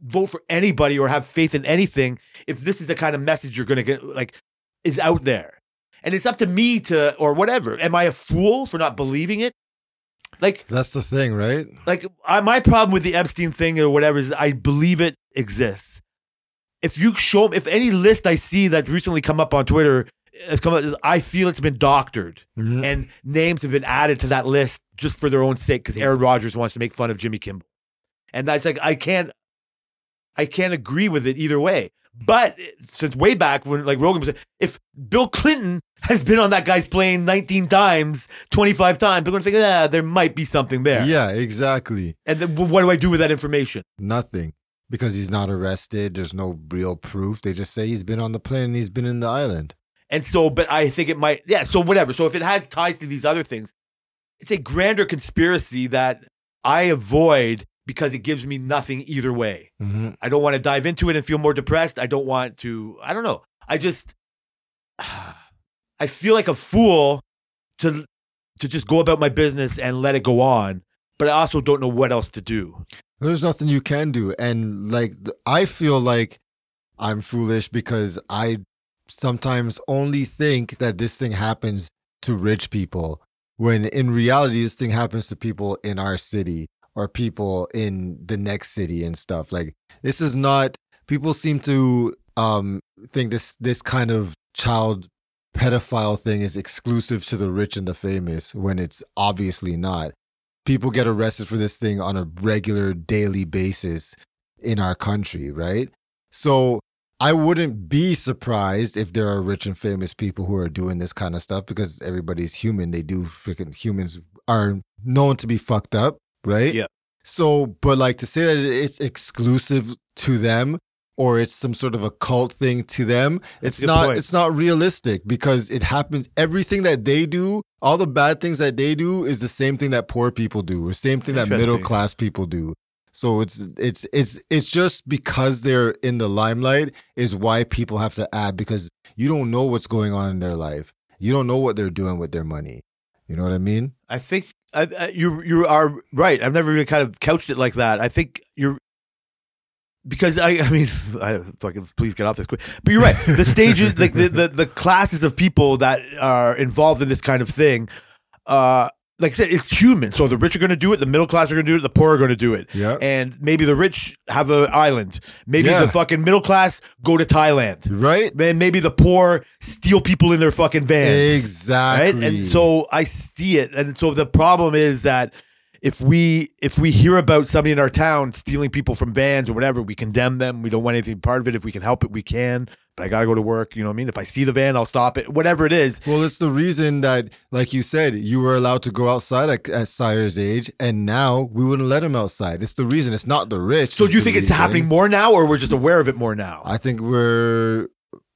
vote for anybody or have faith in anything if this is the kind of message you're going to get? Like is out there, and it's up to me to or whatever. Am I a fool for not believing it? Like
That's the thing, right?
like I, my problem with the Epstein thing or whatever is I believe it exists. If you show if any list I see that recently come up on Twitter uh, has come up, I feel it's been doctored
Mhm.
and names have been added to that list just for their own sake because Aaron Rodgers wants to make fun of Jimmy Kimball, and that's like I can't, I can't agree with it either way. But uh, since way back when, like Rogan was, if Bill Clinton has been on that guy's plane 19 times, 25 times, they're going to think, ah, there might be something there.
Yeah, exactly.
And then wh- what do I do with that information?
Nothing. Because he's not arrested. There's no real proof. They just say he's been on the plane and he's been in the island.
And so, but I think it might, yeah, so whatever. So if it has ties to these other things, it's a grander conspiracy that I avoid because it gives me nothing either way.
Mm-hmm.
I don't want to dive into it and feel more depressed. I don't want to, I don't know. I just, I feel like a fool to, to just go about my business and let it go on. But I also don't know what else to do.
There's nothing you can do. And like, th- I feel like I'm foolish because I sometimes only think that this thing happens to rich people when in reality, this thing happens to people in our city or people in the next city and stuff. Like, this is not, people seem to um, think this, this kind of child pedophile thing is exclusive to the rich and the famous when it's obviously not people get arrested for this thing on a regular daily basis in our country, right? So I wouldn't be surprised if there are rich and famous people who are doing this kind of stuff because everybody's human. They do freaking humans are known to be fucked up, right?
Yeah.
So, but like to say that it's exclusive to them or it's some sort of a cult thing to them,
That's a
it's
good
not
point.
it's not realistic because it happens everything that they do, all the bad things that they do is the same thing that poor people do, or same thing that
Interesting.
middle class people do. So it's it's it's it's just because they're in the limelight is why people have to add because you don't know what's going on in their life. You don't know what they're doing with their money. You know what I mean?
I think I, I, you you are right. I've never even kind of couched it like that. I think you're because I I mean I fucking please get off this quick. But you're right. The stages like the, the the classes of people that are involved in this kind of thing. Uh, like I said, it's human. So the rich are going to do it. The middle class are going to do it. The poor are going to do it.
Yeah.
And maybe the rich have an island. Maybe
Yeah.
the fucking middle class go to Thailand.
Right?
Then maybe the poor steal people in their fucking vans.
Exactly.
Right? And so I see it. And so the problem is that if we if we hear about somebody in our town stealing people from vans or whatever, we condemn them. We don't want anything part of it. If we can help it, we can. But I gotta go to work. You know what I mean? If I see the van, I'll stop it. Whatever it is.
Well, it's the reason that, like you said, you were allowed to go outside at, at Sire's age, and now we wouldn't let him outside. It's the reason. It's not the rich.
So do you
the
think it's
reason.
happening more now, or we're just aware of it more now?
I think we're,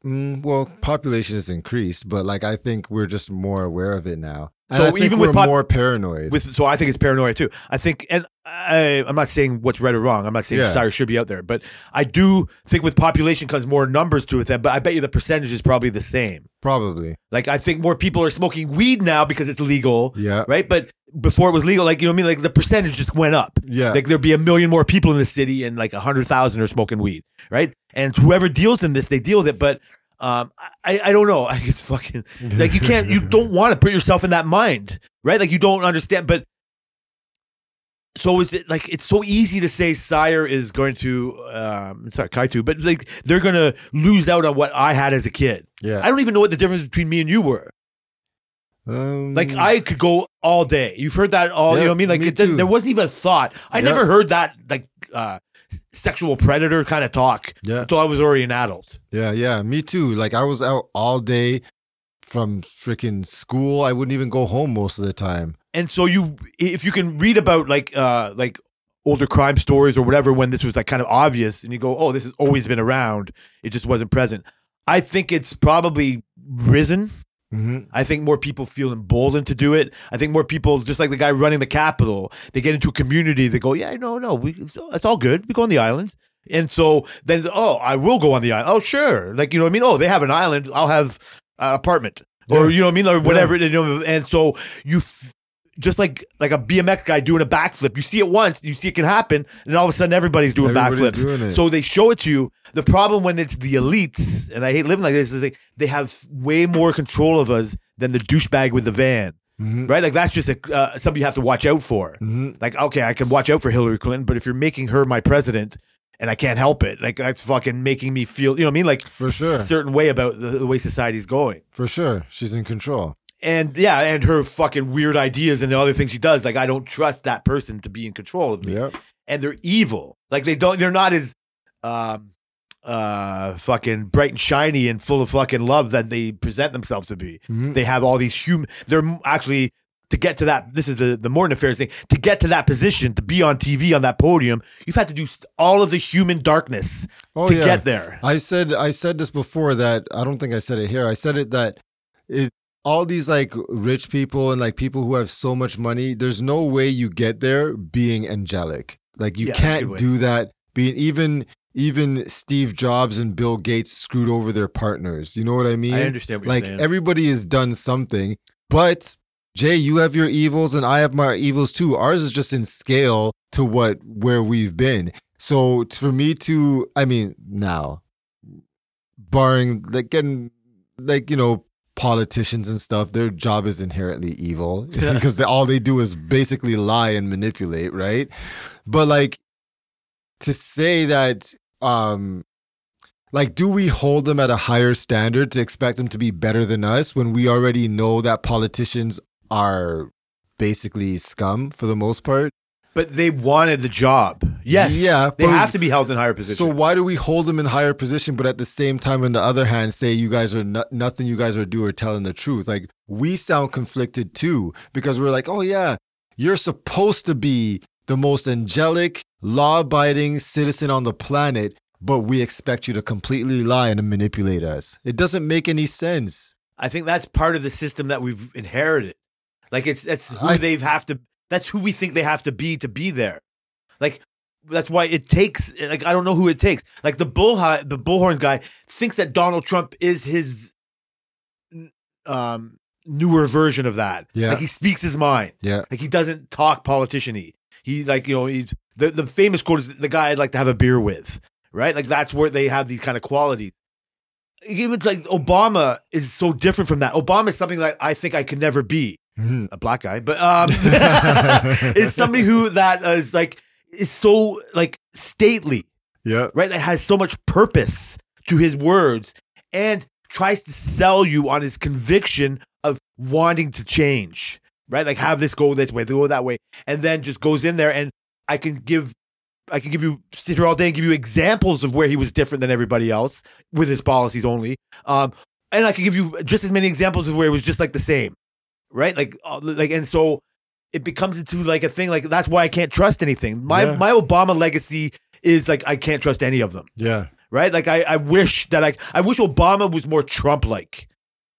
mm, well, population has increased, but like I think we're just more aware of it now. And
So
I think
even
we're
with pop-
more paranoid.
with so I think it's paranoia too. I think, and I, I'm not saying what's right or wrong. I'm not saying
Yeah.
Cyrus should be out there, but I do think with population comes more numbers to it. Then, but I bet you the percentage is probably the same.
Probably.
Like I think more people are smoking weed now because it's legal,
Yeah.
right? But before it was legal, like you know what I mean, like the percentage just went up.
Yeah.
Like there'd be a million more people in the city, and like a hundred thousand are smoking weed, right? And whoever deals in this, they deal with it. But um, I, I don't know. I guess fucking like you can't, you don't want to put yourself in that mind, right? Like you don't understand. But so is it like it's so easy to say Sire is going to, um, sorry, Kaitu, but like they're going to lose out on what I had as a kid. I
yeah.
don't even know what the difference between me and you were.
Um,
Like I could go all day. You've heard that all. you
Yeah,
know what I mean? Like
me
it, didn't-
too.
there wasn't even a thought. I
Yeah.
never heard that like uh, sexual predator kind of talk
Yeah.
until I was already an adult.
Yeah. Yeah. Me too. Like I was out all day from freaking school. I wouldn't even go home most of the time.
And so you, if you can read about like uh, like older crime stories or whatever, when this was like kind of obvious, and you go, oh, this has always been around. It just wasn't present. I think it's probably risen.
hmm
I think more people feel emboldened to do it. I think more people, just like the guy running the Capitol, they get into a community. They go, yeah, no, no, we, it's, it's all good. We go on the island. And so then, oh, I will go on the island. Oh, sure. Like, you know what I mean? Oh, they have an island. I'll have an apartment or, you know what I mean? Or whatever. You know, and so you, f- just like like a BMX guy doing a backflip, you see it once, you see it can happen, and all of a sudden everybody's doing
Everybody's
backflips.
doing it.
So they show it to you. The problem when it's the elites, and I hate living like this, is like they have way more control of us than the douchebag with the van,
hmm
right? Like that's just a, uh, something you have to watch out for.
hmm
Like, okay, I can watch out for Hillary Clinton, but if you're making her my president and I can't help it, like that's fucking making me feel, you know what I mean? Like,
For sure.
certain way about the, the way society's going.
For sure. She's in control.
And yeah, and her fucking weird ideas and the other things she does. Like, I don't trust that person to be in control of me.
Yep.
and they're evil. Like they don't they're not as um uh fucking bright and shiny and full of fucking love that they present themselves to be.
Mm-hmm. Hmm.
They have all these human they're m- actually to get to that this is the the Morton affairs thing to get to that position to be on TV on that podium you've had to do st- all of the human darkness
Oh
to
yeah.
get there.
I said I said this before that I don't think I said it here. I said it that it all these like rich people and like people who have so much money, there's no way you get there being angelic. Like you
Yeah, that's a good
can't
way.
do that being even even Steve Jobs and Bill Gates screwed over their partners. You know what I mean?
I understand what
like
you're saying.
everybody has done something but jay you have your evils and i have my evils too ours is just in scale to what where we've been so t- for me to i mean now barring like getting like you know politicians and stuff their job is inherently evil because they, all they do is basically lie and manipulate right but like to say that um like do we hold them at a higher standard to expect them to be better than us when we already know that politicians are basically scum for the most part
But they wanted the job. Yes.
Yeah,
They
but-
have to be held in higher positions.
So why do we hold them in higher position, but at the same time, on the other hand, say you guys are no- nothing you guys are do or telling the truth? Like we sound conflicted too because we're like, oh yeah, you're supposed to be the most angelic, law-abiding citizen on the planet, but we expect you to completely lie and manipulate us. It doesn't make any sense.
I think that's part of the system that we've inherited. Like it's that's who
I-
they have to. That's who we think they have to be to be there. Like that's why it takes. Like I don't know who it takes. Like the bull the bullhorn guy thinks that Donald Trump is his n- um newer version of that.
Yeah.
Like he speaks his mind.
Yeah.
Like he doesn't talk politician-y. He like you know he's the the famous quote is the guy I'd like to have a beer with, right? Like that's where they have these kind of qualities. Even like Obama is so different from that. Obama is something that I think I could never be
Mhm.
a black guy, but um, is somebody who that is like is so like stately,
Yeah.
right? That has so much purpose to his words and tries to sell you on his conviction of wanting to change, right? Like have this go this way, go that way, and then just goes in there and I can give, I can give you sit here all day and give you examples of where he was different than everybody else with his policies only, um, and I can give you just as many examples of where it was just like the same, right? Like, uh, like, and so. It becomes into like a thing, like that's why I can't trust anything. My
Yeah.
my Obama legacy is like I can't trust any of them,
Yeah.
right? Like I, I wish that I I wish Obama was more Trump like.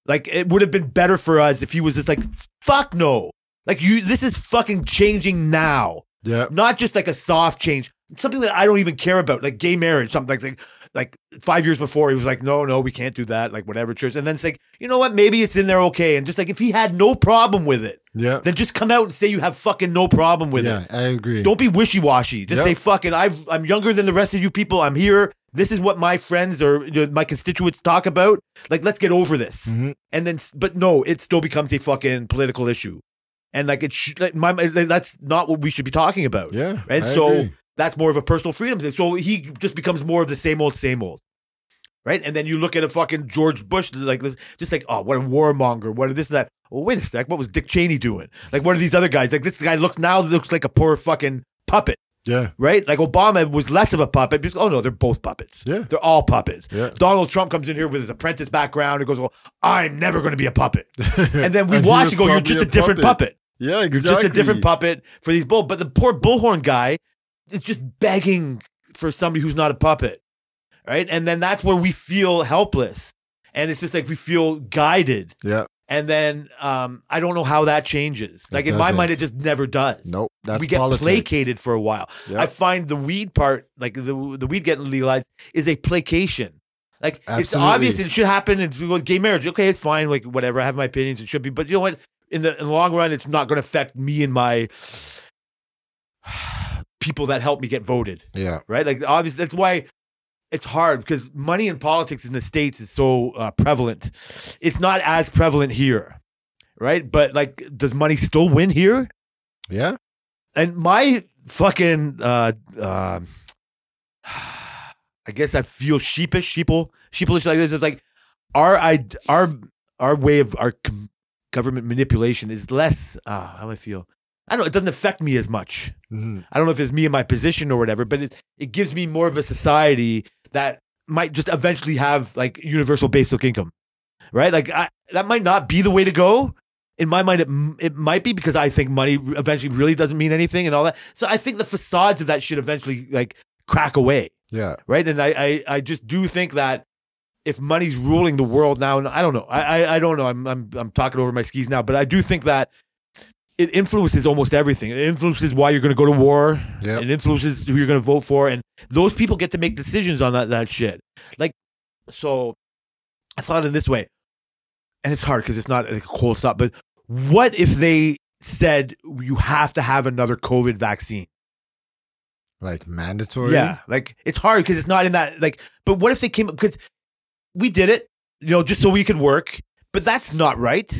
Like it would have been better for us if he was just like fuck no. Like you this is fucking changing now.
Yeah.
Not just like a soft change. Something that I don't even care about, like gay marriage, something like like, like five years before he was like, No, no, we can't do that, like whatever church. And then it's like, you know what, maybe it's in there okay. And just like if he had no problem with it,
Yeah.
then just come out and say you have fucking no problem with it.
yeah. I agree.
Don't be wishy washy. Just
Yep.
say fucking. I've I'm younger than the rest of you people. I'm here. This is what my friends or you know, my constituents talk about. Like, let's get over this.
Mhm.
And then, s- but no, it still becomes a fucking political issue. And like, it sh- like my my- like, that's not what we should be talking about.
Yeah.
And
I
so
agree.
that's more of a personal freedom thing. So he just becomes more of the same old, same old. Right. And then you look at a fucking George Bush, like this, just like, oh, what a warmonger. What a this and that. Well, wait a sec. What was Dick Cheney doing? Like, what are these other guys? Like, this guy looks now looks like a poor fucking puppet.
yeah.
Right. Like, Obama was less of a puppet because, oh, no, they're both puppets.
Yeah.
They're all puppets.
Yeah.
Donald Trump comes in here with his apprentice background and goes, well, I'm never going to be a puppet. And then we
And he
watch
was
and go, you're
probably
just a, different puppet.
Yeah,
You're
exactly.
just a different puppet for these bull. But the poor bullhorn guy is just begging for somebody who's not a puppet, right? And then that's where we feel helpless, and it's just like we feel guided.
Yeah.
And then um, I don't know how that changes. Like in my
doesn't.
mind, it just never does.
Nope. That's
we get
politics.
placated for a while.
Yeah.
I find the weed part, like the the weed getting legalized, is a placation. Like it's
Absolutely.
obvious it should happen. It's well, gay marriage. Okay, it's fine. Like whatever. I have my opinions. It should be. But you know what? In the, in the long run, it's not going to affect me and my people that help me get voted.
yeah.
Right? Like obviously, that's why it's hard because money in politics in the states is so uh, prevalent. It's not as prevalent here, right? But like, does money still win here?
Yeah.
and my fucking uh um I guess I feel sheepish, sheeple, sheepish like this. It's like our I our our way of our com- government manipulation is less. Uh, how do I feel? I don't. know. It doesn't affect me as much.
hmm
I don't know if it's me and my position or whatever, but it it gives me more of a society that might just eventually have like universal basic income, right? Like I, that might not be the way to go. In my mind, it m- it might be because I think money re- eventually really doesn't mean anything and all that. So I think the facades of that should eventually like crack away,
Yeah.
right? And I I, I just do think that. If money's ruling the world now, and I don't know, I, I I don't know. I'm I'm I'm talking over my skis now, but I do think that it influences almost everything. It influences why you're going to go to war
Yeah.
it influences who you're going to vote for, and those people get to make decisions on that that shit. Like, so I thought in this way, and it's hard because it's not like a cold stop. But what if they said you have to have another COVID vaccine?
Like mandatory.
Yeah, like it's hard because it's not in that like. But what if they came up because we did it, you know, just so we could work. But that's not right,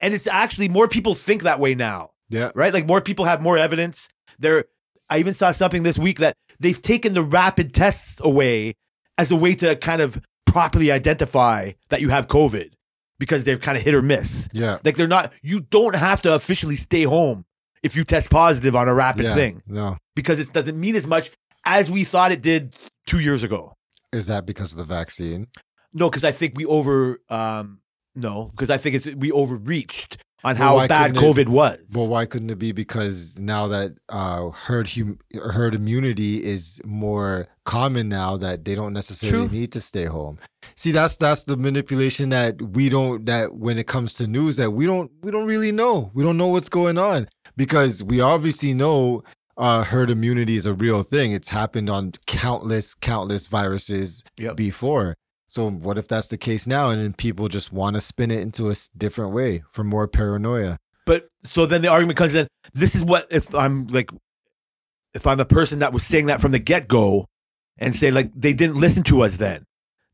and it's actually more people think that way now
Yeah.
right? Like more people have more evidence. They're, I even saw something this week that they've taken the rapid tests away as a way to kind of properly identify that you have COVID because they're kind of hit or miss.
Yeah.
Like they're not, you don't have to officially stay home if you test positive on a rapid
Yeah,
thing
No.
because it doesn't mean as much as we thought it did two years ago.
Is that because of the vaccine?
No, because I think we over um, no, because I think it's we overreached on
Well,
how
why
bad
couldn't
COVID
it-
was.
Well, why couldn't it be because now that uh, herd hum- herd immunity is more common now that they don't necessarily
True.
need to stay home? See, that's that's the manipulation that we don't that when it comes to news that we don't we don't really know. We don't know what's going on because we obviously know uh, herd immunity is a real thing. It's happened on countless countless viruses
Yep.
before. So what if that's the case now, and then people just want to spin it into a s- different way for more paranoia?
But so then the argument comes in this is what if I'm like if I'm a person that was saying that from the get go and say like they didn't listen to us then.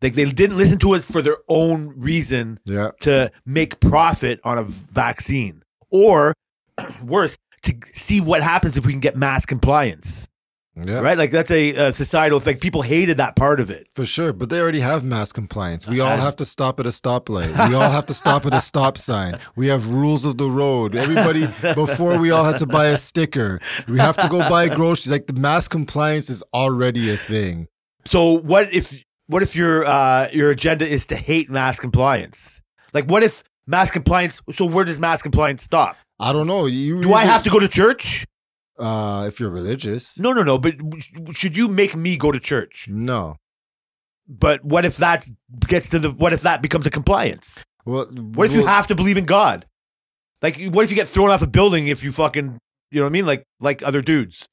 Like they didn't listen to us for their own reason
Yeah.
to make profit on a vaccine. Or worse, to see what happens if we can get mass compliance.
Yeah.
Right? Like that's a, uh societal thing. People hated that part of it.
For sure, but they already have mass compliance. We all
Uh,
have to stop at a stoplight. We all have to stop at a stop sign. We have rules of the road. Everybody, before we all had to buy a sticker, we have to go buy groceries. Like the mass compliance is already a thing.
So what if what if your uh, your agenda is to hate mass compliance? Like what if mass compliance? So where does mass compliance stop?
I don't know. You
Do I have to go to church?
to? Uh, if you're religious,
No, no, no. But sh- should you make me go to church?
no.
But what if that gets to the? What if that becomes a compliance?
Well,
What if you have to believe in God? Like what if you get thrown off a building if you fucking you know what I mean? Like like other dudes.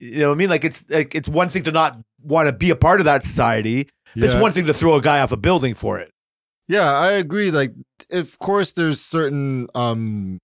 You know what I mean? Like it's like it's one thing to not want to be a part of that society. but It's
Yeah.
one thing to throw a guy off a building for it.
Yeah, I agree. Like, of course, there's certain um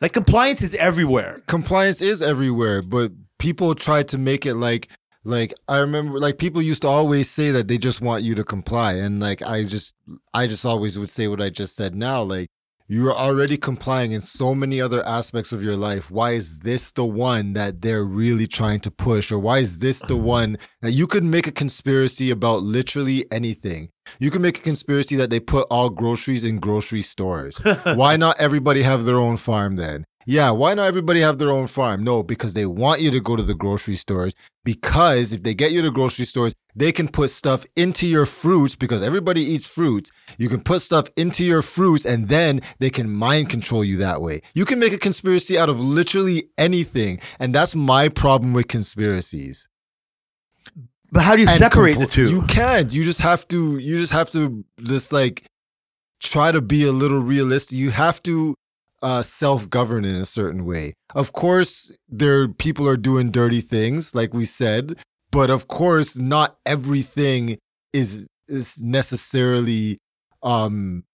Like compliance is everywhere.
compliance is everywhere, but people try to make it like like I remember like people used to always say that they just want you to comply and like I just I just always would say what I just said now like you're already complying in so many other aspects of your life. Why is this the one that they're really trying to push? Or why is this the one that you could make a conspiracy about literally anything? You could make a conspiracy that they put all groceries in grocery stores. why not everybody have their own farm then? Yeah, why not everybody have their own farm? No, because they want you to go to the grocery stores. Because if they get you to grocery stores, they can put stuff into your fruits because everybody eats fruits. You can put stuff into your fruits and then they can mind control you that way. You can make a conspiracy out of literally anything. And that's my problem with conspiracies.
But how do you
And
separate the
compl-
two?
You can't. You just have to you just have to just like try to be a little realistic. You have to uh, self-govern in a certain way. Of course, there people are doing dirty things, like we said, but of course, not everything is is necessarily um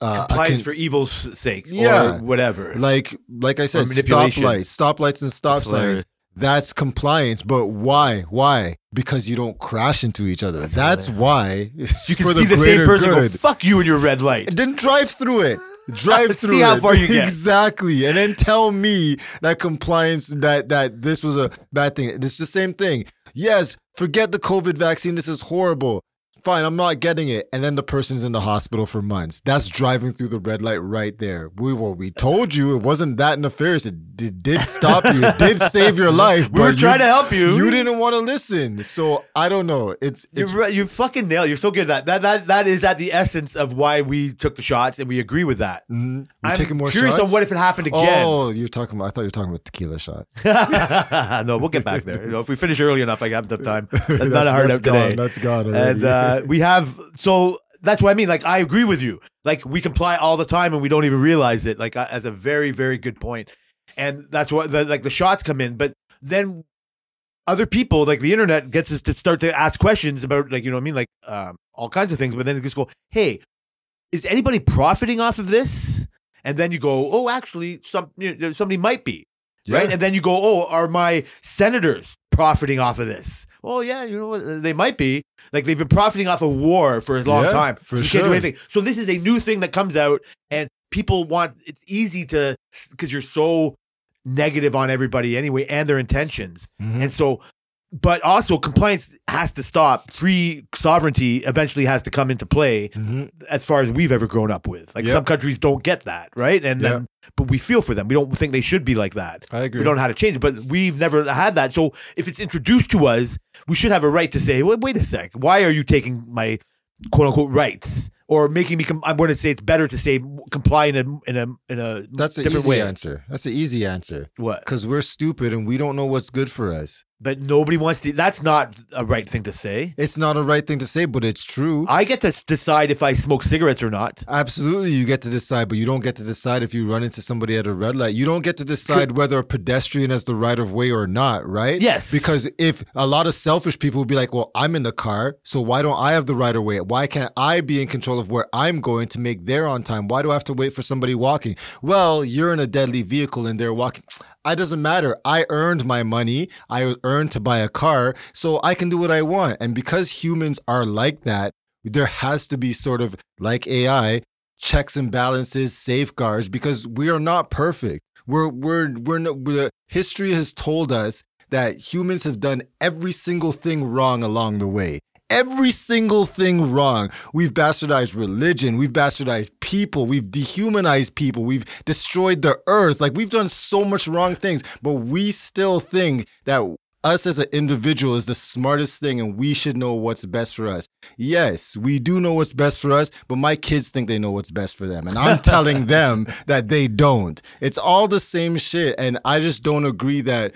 uh, a
compliance
con-
for evil's sake
Yeah.
or whatever.
like like I said,
manipulation.
stoplights, stoplights, and stop
That's hilarious.
signs. That's compliance, but why? Why? Because you don't crash into each other.
That's
That's, why.
you can see the same person go, fuck you in your red light.
Then drive through it. Drive
Let's see
through
how
it.
far you get.
exactly, and then tell me that compliance that that this was a bad thing. It's the same thing. Yes, forget the COVID vaccine. This is horrible. Fine, I'm not getting it. And then the person's in the hospital for months. That's driving through the red light right there. We well, we told you it wasn't that nefarious. It did, did stop you. It did save your life.
We were
but
trying to
you,
help you.
You didn't want to listen. So I don't know. It's
You're,
it's
right. you fucking nailed. You're so good at that. That that that is at the essence of why we took the shots, and we agree with that.
Mhm. We're
I'm
taking more
curious
shots?
on what if it happened again.
Oh, you're talking about. I thought you were talking about tequila shots.
no, we'll get back there. You know, if we finish early enough, I have enough time. That's, not
That's-
a hard
that's
up
gone,
today.
That's gone already.
and uh, we have so that's what I mean. Like I agree with you. Like we comply all the time and we don't even realize it. Like uh, as a very very good point, and that's what the, like the shots come in. But then other people like the internet gets us to start to ask questions about like you know what I mean like um, all kinds of things. But then it just go, hey, is anybody profiting off of this? And then you go, oh, actually, some you know, somebody might be
Yeah.
right? And then you go, oh, are my senators profiting off of this? Oh yeah, you know what? They might be. Like they've been profiting off of war for a long
Yeah,
time.
for
you can't do
sure.
anything. So this is a new thing that comes out, and people want. It's easy to because you're so negative on everybody anyway, and their intentions.
Mhm.
And so but also compliance has to stop. Free sovereignty eventually has to come into play
mm-hmm.
as far as we've ever grown up with. Like
Yep.
some countries don't get that, right? And then, but we feel for them. We don't think they should be like that.
I agree.
We don't know how to change it, but we've never had that. So if it's introduced to us, we should have a right to say, wait, wait a sec, why are you taking my quote unquote rights or making me? Com- I'm going to say it's better to say comply in a in a in a
That's an
different
easy
way.
answer. That's an easy answer
What?
because we're stupid and we don't know what's good for us.
But nobody wants to. That's not a right thing to say.
It's not a right thing to say, but it's true.
I get to s- decide if I smoke cigarettes or not.
Absolutely, you get to decide, but you don't get to decide if you run into somebody at a red light. You don't get to decide whether a pedestrian has the right of way or not, right?
Yes.
Because if a lot of selfish people would be like, well, I'm in the car, so why don't I have the right of way? Why can't I be in control of where I'm going to make their on time? Why do I have to wait for somebody walking? Well, you're in a deadly vehicle and they're walking. It doesn't matter. I earned my money. I earned to buy a car, so I can do what I want. And because humans are like that, there has to be sort of like AI checks and balances, safeguards, because we are not perfect. We're we're we're, no, we're history has told us that humans have done every single thing wrong along the way. Every single thing wrong. We've bastardized religion. We've bastardized people. We've dehumanized people. We've destroyed the earth. Like, we've done so much wrong things, but we still think that us as an individual is the smartest thing and we should know what's best for us. Yes, we do know what's best for us, but my kids think they know what's best for them. And I'm telling them that they don't. It's all the same shit. And I just don't agree that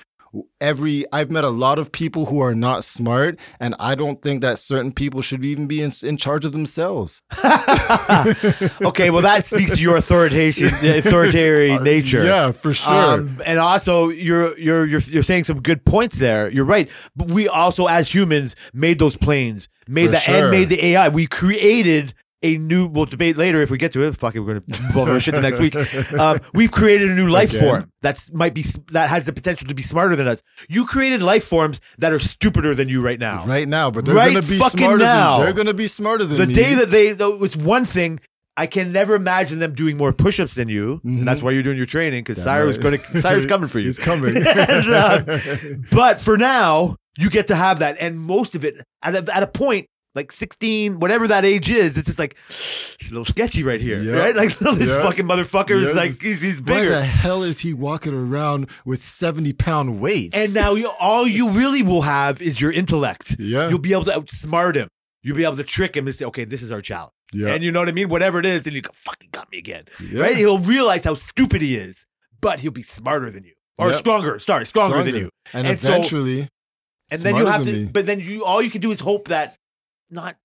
every I've met a lot of people who are not smart and I don't think that certain people should even be in, in charge of themselves.
okay, well that speaks to your authoritarian authoritarian nature.
Uh, Yeah, for sure.
Um, and also, you're you're you're you're saying some good points there. You're right, but we also, as humans, made those planes, made
For
the
sure.
and made the AI. We created a new. We'll debate later if we get to it. Fuck it, we're gonna involve our shit the next week. Um, we've created a new life
Again.
form that's might be s- that has the potential to be smarter than us. You created life forms that are stupider than you right now.
right now, but they're
Right
going to be
fucking
smarter
now.
than they're going to be smarter than
the
me.
day that they though it's one thing I can never imagine them doing more push-ups than you, and that's why you're doing your training because Cyrus
Mm-hmm. right.
going to Cyrus coming for you.
He's coming.
And, uh, but for now, you get to have that, and most of it at a, at a point like 16, whatever that age is, it's just like it's a little sketchy right here,
Yeah.
right? Like this
Yeah.
fucking motherfucker is
Yeah.
like he's, he's
Why
bigger.
the hell is he walking around with 70 pound weights?
And now you, all you really will have is your intellect.
yeah,
You'll be able to outsmart him. You'll be able to trick him and say, "Okay, this is our challenge."
yeah,
And you know what I mean? Whatever it is, and you go, "Fucking got me again."
yeah.
right? He'll realize how stupid he is, but he'll be smarter than you or
Yep.
stronger. Sorry, stronger, than
Stronger.
you.
And,
And so-
eventually,
And then you
smarter
have to,
than me.
but then you all you can do is hope that not.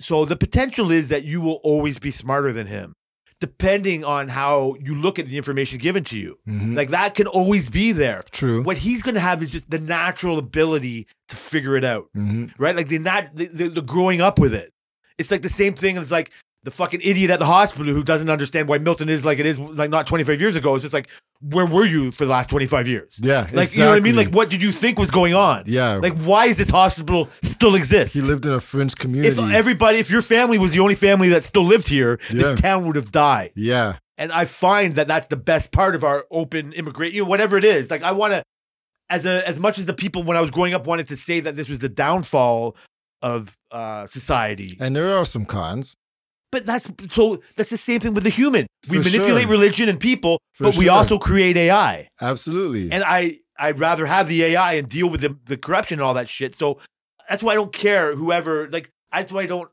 So the potential is that you will always be smarter than him, depending on how you look at the information given to you.
Mhm.
Like that can always be there.
true.
Mm-hmm. What he's going to have is just the natural ability to figure it out
Mhm.
right? Like they're not the, the, the growing up with it. It's like the same thing as like the fucking idiot at the hospital who doesn't understand why Milton is like it is like not 25 years ago. It's just like where were you for the last 25 years?
Yeah,
Like you know what I mean?
exactly.
Like what did you think was going on?
yeah,
Like why is this hospital still exist?
he lived in a French community.
If everybody, if your family was the only family that still lived here,
Yeah.
this town would have died.
yeah,
And I find that that's the best part of our open immigrant, you know, whatever it is. Like I want to, as a as much as the people when I was growing up wanted to say that this was the downfall of uh, society,
and there are some cons.
but that's so that's the same thing with the human. We
For
manipulate
sure.
religion and people,
For
but we
sure.
also create AI.
Absolutely,
And I I'd rather have the AI and deal with the, the corruption and all that shit. So that's why I don't care whoever like that's why I don't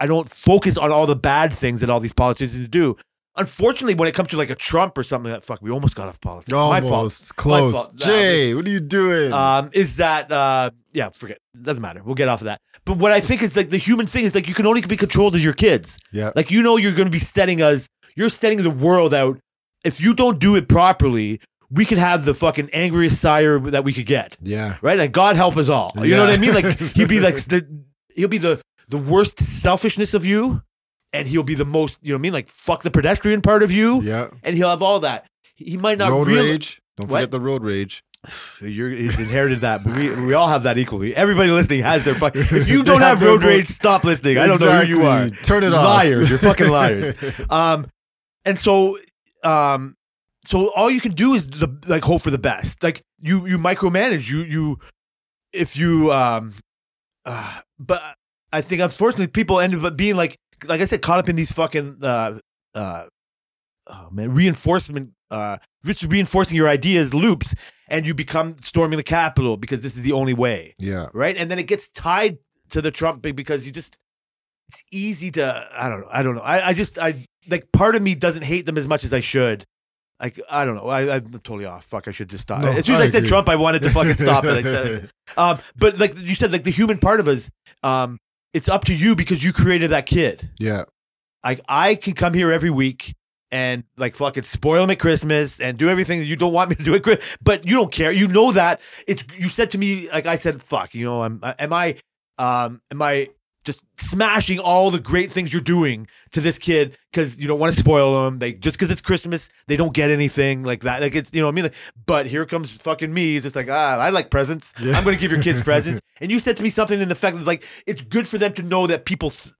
I don't focus on all the bad things that all these politicians do. Unfortunately, when it comes to like a Trump or something, like, fuck, we almost got off politics. My fault.
almost close.
fault. Nah,
Jay, what are you doing?
Um, is that uh, yeah? Forget. Doesn't matter. We'll get off of that. But what I think is like the human thing is like you can only be controlled as your kids.
yeah,
Like you know you're going to be setting us you're setting the world out. If you don't do it properly, we could have the fucking angriest sire that we could get.
yeah,
Right? And God help us all. You know
Yeah.
what I mean? Like he'd be like the he'll be the the worst selfishness of you and he'll be the most, you know what I mean? Like fuck the pedestrian part of you
yeah.
and he'll have all that. He might not
Road
reali-
rage. Don't
What?
forget the road rage.
You're, he's inherited that, but we, we all have that equally. Everybody listening has their fucking. If you
They
don't
have
have
their
road
road-
rage, stop listening. I don't know who you are.
Exactly. Turn it off.
liars. You're fucking liars. Um, and so, um, so all you can do is the like hope for the best. Like you you micromanage you you if you um uh, but I think unfortunately people end up being like like I said caught up in these fucking uh uh oh man reinforcement uh it's reinforcing your ideas loops and you become storming the Capitol because this is the only way
Yeah.
right? And then it gets tied to the Trump big because you just it's easy to I don't know I don't know I, I just I like part of me doesn't hate them as much as I should. Like I don't know I, I'm totally off. Fuck, I should just stop.
No,
as soon as I,
I
said
agree.
Trump, I wanted to fucking stop it. I said it. Um, but like you said, like the human part of us, um, it's up to you because you created that kid.
Yeah.
Like I can come here every week and like fucking spoil him at Christmas and do everything that you don't want me to do at Christmas, but you don't care. You know that it's you said to me like I said, fuck. You know, I'm am I um am I just smashing all the great things you're doing to this kid because you don't want to spoil them. They just because it's Christmas, they don't get anything like that. Like it's you know what I mean. Like, but here comes fucking me. It's just like ah, I like presents.
Yeah.
I'm gonna give your kids presents. And you said to me something in the fact that's like it's good for them to know that people th-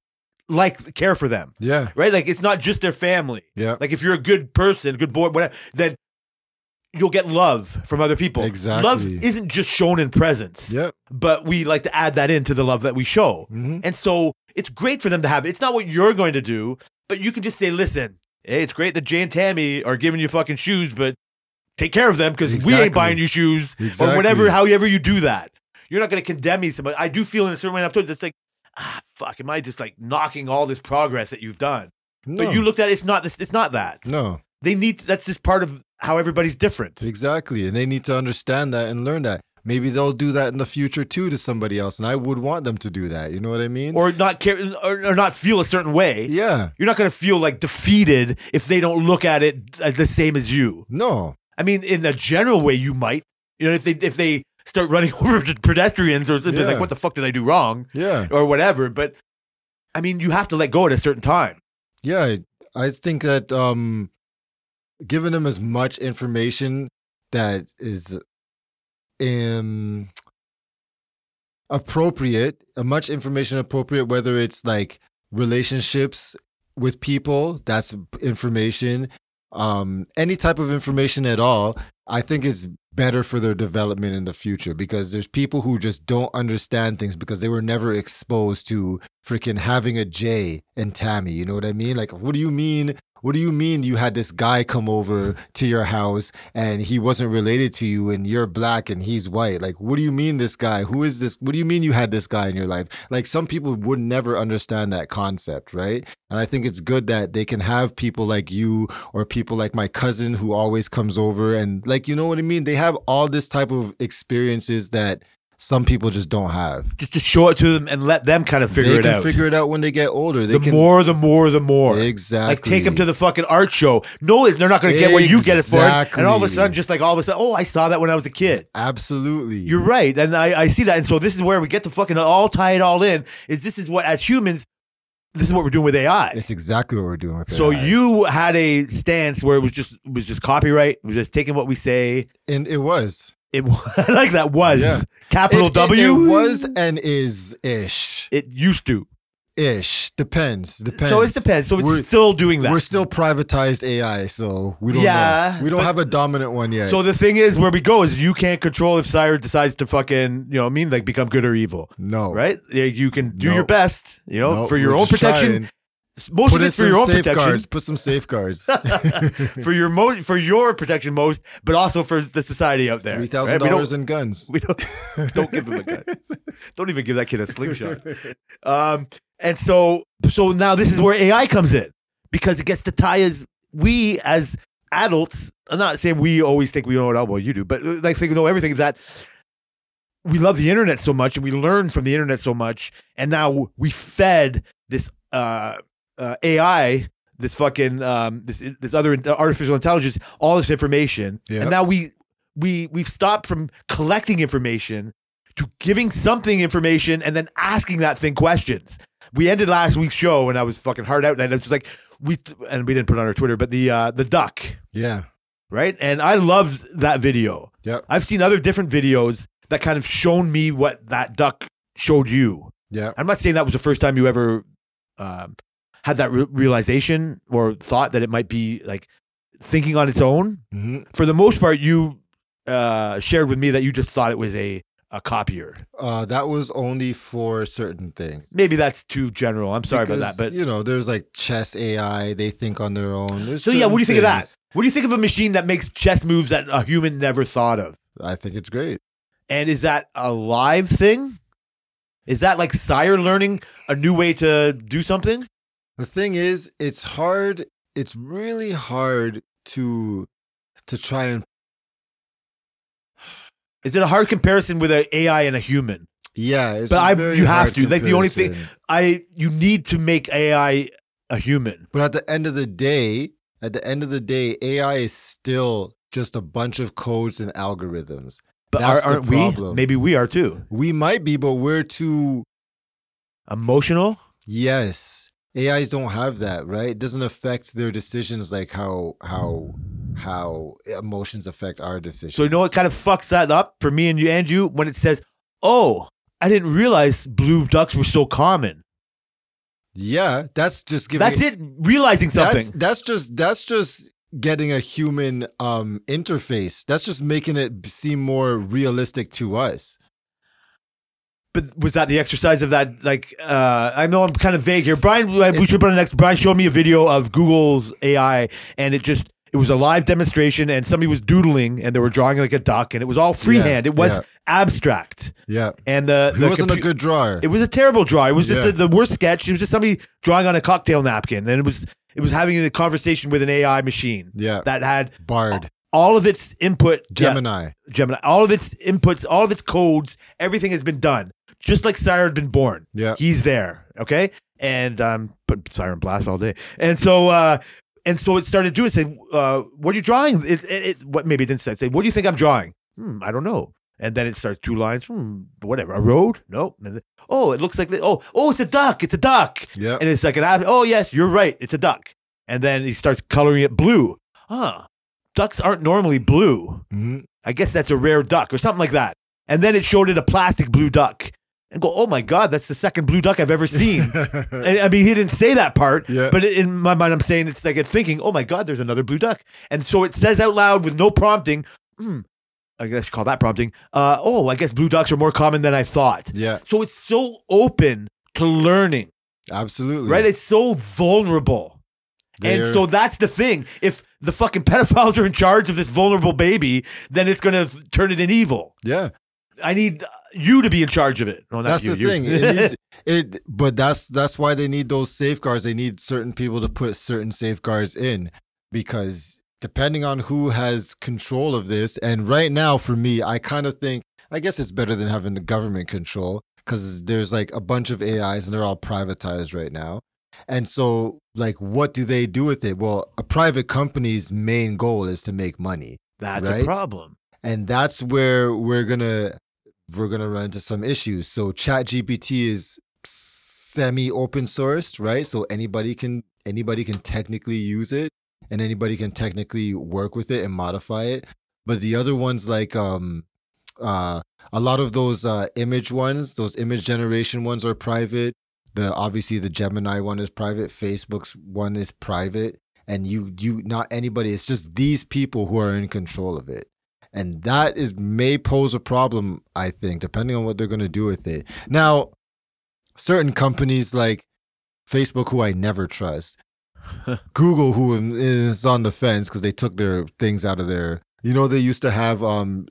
like care for them
Yeah.
right? Like it's not just their family.
Yeah.
Like if you're a good person, good boy, whatever, then you'll get love from other people.
Exactly.
Love isn't just shown in presence,
Yeah.
but we like to add that into the love that we show.
hmm
And so it's great for them to have it. It's not what you're going to do, but you can just say, listen, hey, it's great that Jay and Tammy are giving you fucking shoes, but take care of them because we
Exactly.
ain't buying you shoes
Exactly.
or whatever, however you do that. You're not going to condemn me. Somebody, I do feel in a certain way. and I've told you, it's like, ah, fuck, am I just like knocking all this progress that you've done?
No.
But you looked at it, it's not this. It's not that.
no.
They need. That's just part of how everybody's different.
Exactly. And they need to understand that and learn that. Maybe they'll do that in the future too to somebody else. And I would want them to do that. You know what I mean?
Or not care, or, or not feel a certain way.
yeah.
You're not going to feel like defeated if they don't look at it uh, the same as you.
No.
I mean, in a general way, you might. You know, if they if they start running over pedestrians or something it's like,
Yeah.
what the fuck did I do wrong
Yeah.
or whatever. But I mean, you have to let go at a certain time.
Yeah. I, I think that um giving them as much information that is um appropriate, uh, much information appropriate, whether it's like relationships with people, that's information, um, any type of information at all, I think it's better for their development in the future because there's people who just don't understand things because they were never exposed to freaking having a Jay and Tammy. You know what I mean? Like, what do you mean? What do you mean you had this guy come over to your house and he wasn't related to you and you're black and he's white? Like, what do you mean this guy? Who is this? What do you mean you had this guy in your life? Like, some people would never understand that concept, right? And I think it's good that they can have people like you or people like my cousin who always comes over and, like, you know what I mean? They have all this type of experiences that some people just don't have.
Just to show it to them and let them kind of figure
they
it
can
out.
figure it out when they get older. They
the
can
more, the more, the more.
Exactly.
Like take them to the fucking art show. No, they're not going to get what you get it for. it. And all of a
Exactly.
sudden, just like all of a sudden, oh, I saw that when I was a kid.
Absolutely.
You're right, and I, I see that, and so this is where we get to fucking all tie it all in. Is this is what as humans, this is what we're doing with AI.
It's exactly what we're doing with
So
AI.
you had a stance where it was just it was just copyright, it was just taking what we say.
and it was
It I like that was
Yeah.
capital
It- it-
W
It was and is ish
It used to.
ish depends depends.
So it depends. So it's
We're-
still doing that.
We're still privatized AI, so we don't.
Yeah,
know. we don't
but-
have a dominant one yet.
So the thing is, where we go is you can't control if Cyrus decides to fucking, you know, what I mean, like become good or evil,
no,
right? Yeah, You can do
No.
your best, you know,
No,
for your
we're
own
just
protection.
trying.
Most
Put
of
in
it's for
some
your own protection,
safeguards. Put some safeguards.
for your mo- for your protection most, but also for the society out there.
Three
right?
thousand
We don't-
dollars in guns.
We don't don't give him a gun. Don't even give that kid a slingshot. Um, and so so now this is where AI comes in because it gets to tie as we as adults. I'm not saying we always think we know it all. Well, you do, but uh, like think we know everything. is That we love the internet so much and we learn from the internet so much, and now we fed this uh, uh, AI. This fucking um, this this other in- artificial intelligence, all this information,
Yeah.
and now we we we've stopped from collecting information to giving something information and then asking that thing questions. We ended last week's show and I was fucking hard out. And I was just like, we and we didn't put it on our Twitter, but the uh, the duck,
Yeah.
right? And I loved that video.
Yep.
I've seen other different videos that kind of shown me what that duck showed you.
Yeah.
I'm not saying that was the first time you ever um, had that re- realization or thought that it might be like thinking on its own.
Mhm.
For the most part, you uh, shared with me that you just thought it was a a copier.
Uh, that was only for certain things.
Maybe that's too general. I'm sorry
Because,
about that, but
you know, there's like chess AI. They think on their own. There's
So, yeah, what do you
certain
think of that?
things.
what do you think of a machine that makes chess moves that a human never thought of?
I think it's great.
And is that a live thing? Is that like sire learning a new way to do something?
The thing is, it's hard. It's really hard to to try and
Is it a hard comparison with an AI and a human?
yeah. It's
But
a
I-
very
you have
hard
to. Like, the only thing-
comparison.
I you need to make AI a human.
But at the end of the day, at the end of the day, AI is still just a bunch of codes and algorithms.
But are,
That's the
aren't we?
problem.
Maybe we are too.
We might be, but we're too
Emotional?
Yes. AIs don't have that, right? It doesn't affect their decisions like how how how emotions affect our decisions.
So you know what kind of fucks that up for me and you and you when it says, "Oh, I didn't realize blue ducks were so common."
Yeah, that's just giving
That's it. Realizing
That's,
something.
that's just that's just getting a human um interface. That's just making it seem more realistic to us.
but was that the exercise of that? Like, uh, I know I'm kind of vague here. Brian, we
It's-
should put on next. Brian showed me a video of Google's AI, and it just it was a live demonstration, and somebody was doodling, and they were drawing like a duck, and it was all freehand. it was
yeah.
abstract,
Yeah.
and the,
He
the
wasn't
compu-
a good drawer.
It was a terrible draw. It was just
Yeah.
the, the worst sketch. It was just somebody drawing on a cocktail napkin, and it was it was having a conversation with an AI machine
yeah.
that had
Bard.
all of its input. yeah,
Gemini.
Gemini. All of its inputs, all of its codes, everything has been done. Just like Sire had been born,
Yeah.
Uh, he's there. Okay, and um, put Sire on blast all day, and so uh, and so it started doing. Say, uh, what are you drawing? It, it, it what maybe it didn't say. Say, what do you think I'm drawing? Hmm, I don't know. And then it starts two lines. Hmm, whatever. A road? No. And then, oh, it looks like the, oh oh, it's a duck. It's a duck.
Yeah.
And it's like an ab- oh yes, you're right, it's a duck. And then he starts coloring it blue. Huh. Ducks aren't normally blue.
Mhm.
I guess that's a rare duck or something like that. And then it showed it a plastic blue duck and go, oh my God, that's the second blue duck I've ever seen. And, I mean, he didn't say that part,
Yeah.
but in my mind, I'm saying it's like a thinking, oh my God, there's another blue duck. And so it says out loud with no prompting, hmm, I guess you call that prompting, uh, oh, I guess blue ducks are more common than I thought.
yeah.
So it's so open to learning,
Absolutely.
right? It's so vulnerable. And
They're-
so that's the thing. If the fucking pedophiles are in charge of this vulnerable baby, then it's going to turn it in evil.
yeah.
I need you to be in charge of it. No, not
that's
you,
the
you.
thing. It, needs- it- but that's that's why they need those safeguards. They need certain people to put certain safeguards in because depending on who has control of this, and right now for me, I kind of think I guess it's better than having the government control because there's like a bunch of AIs and they're all privatized right now. And so, like, what do they do with it? Well, a private company's main goal is to make money
That's a
right?
problem.
and that's where we're gonna we're gonna run into some issues so chat gpt is semi open sourced right so anybody can anybody can technically use it and anybody can technically work with it and modify it but the other ones like um uh a lot of those uh image ones those image generation ones are private the obviously the gemini one is private facebook's one is private and you you not anybody it's just these people who are in control of it and that is may pose a problem i think depending on what they're going to do with it now certain companies like facebook who i never trust google who is on the fence because they took their things out of their you know they used to have um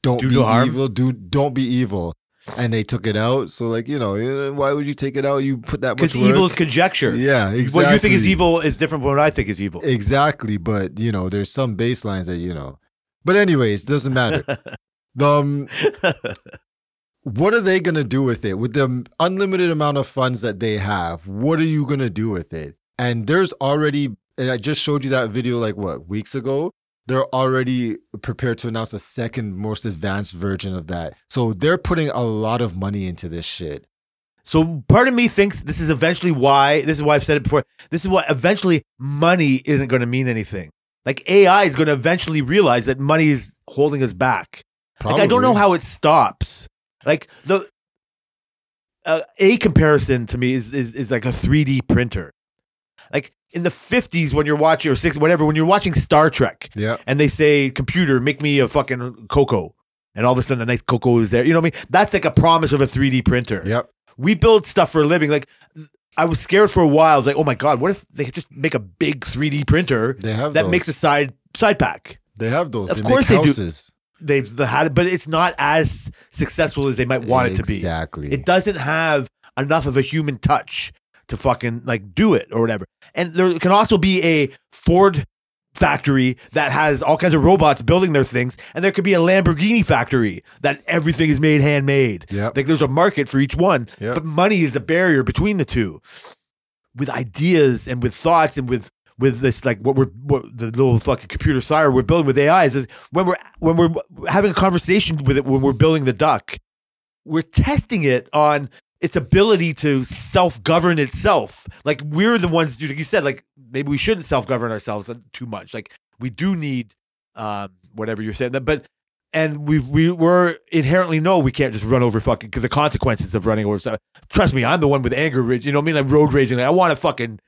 don't
Do
be
no harm?
evil do don't be evil and they took it out so like you know eh, why would you take it out you put that much
Because evil
work.
is conjecture.
yeah exactly
What you think is evil is different from what I think is evil.
Exactly, but you know, there's some baselines that you know. But anyways, doesn't matter. um, what are they gonna do with it? With the unlimited amount of funds that they have, what are you gonna do with it? And there's already, and I just showed you that video like what weeks ago. They're already prepared to announce a second most advanced version of that. So they're putting a lot of money into this shit.
so part of me thinks this is eventually why, this is why I've said it before, this is why eventually money isn't going to mean anything. Like AI is going to eventually realize that money is holding us back. Like, I don't know
Probably.
how it stops. Like the uh, a comparison to me is, is is like a 3D printer. Like in the 50s when you're watching or 60s, whatever, when you're watching Star Trek
Yeah.
and they say, computer, make me a fucking cocoa. And all of a sudden, a nice cocoa is there. You know what I mean? That's like a promise of a 3D printer.
Yep.
We build stuff for a living. Like, th- I was scared for a while. I was like, oh my God, what if they could just make a big 3D printer
They have
that
those.
makes a side side pack?
They have those.
Of
they
course they
make
do.
houses.
They've had it, but it's not as successful as they might want it to be.
Exactly.
It doesn't have enough of a human touch to fucking like do it or whatever. And there can also be a Ford factory that has all kinds of robots building their things, and there could be a Lamborghini factory that everything is made handmade.
Yep.
Like there's a market for each one,
Yep.
but money is the barrier between the two. With ideas and with thoughts and with with this like what we're what the little fucking computer sire we're building with AI is, is when we're when we're having a conversation with it when we're building the duck, we're testing it on its ability to self-govern itself. Like we're the ones, like you said, like maybe we shouldn't self-govern ourselves uh, too much. Like we do need um, whatever you're saying, but and we we were inherently know we can't just run over fucking because the consequences of running over. stuff. Trust me, I'm the one with anger rage. You know what I mean? Like road raging. Like I want to fucking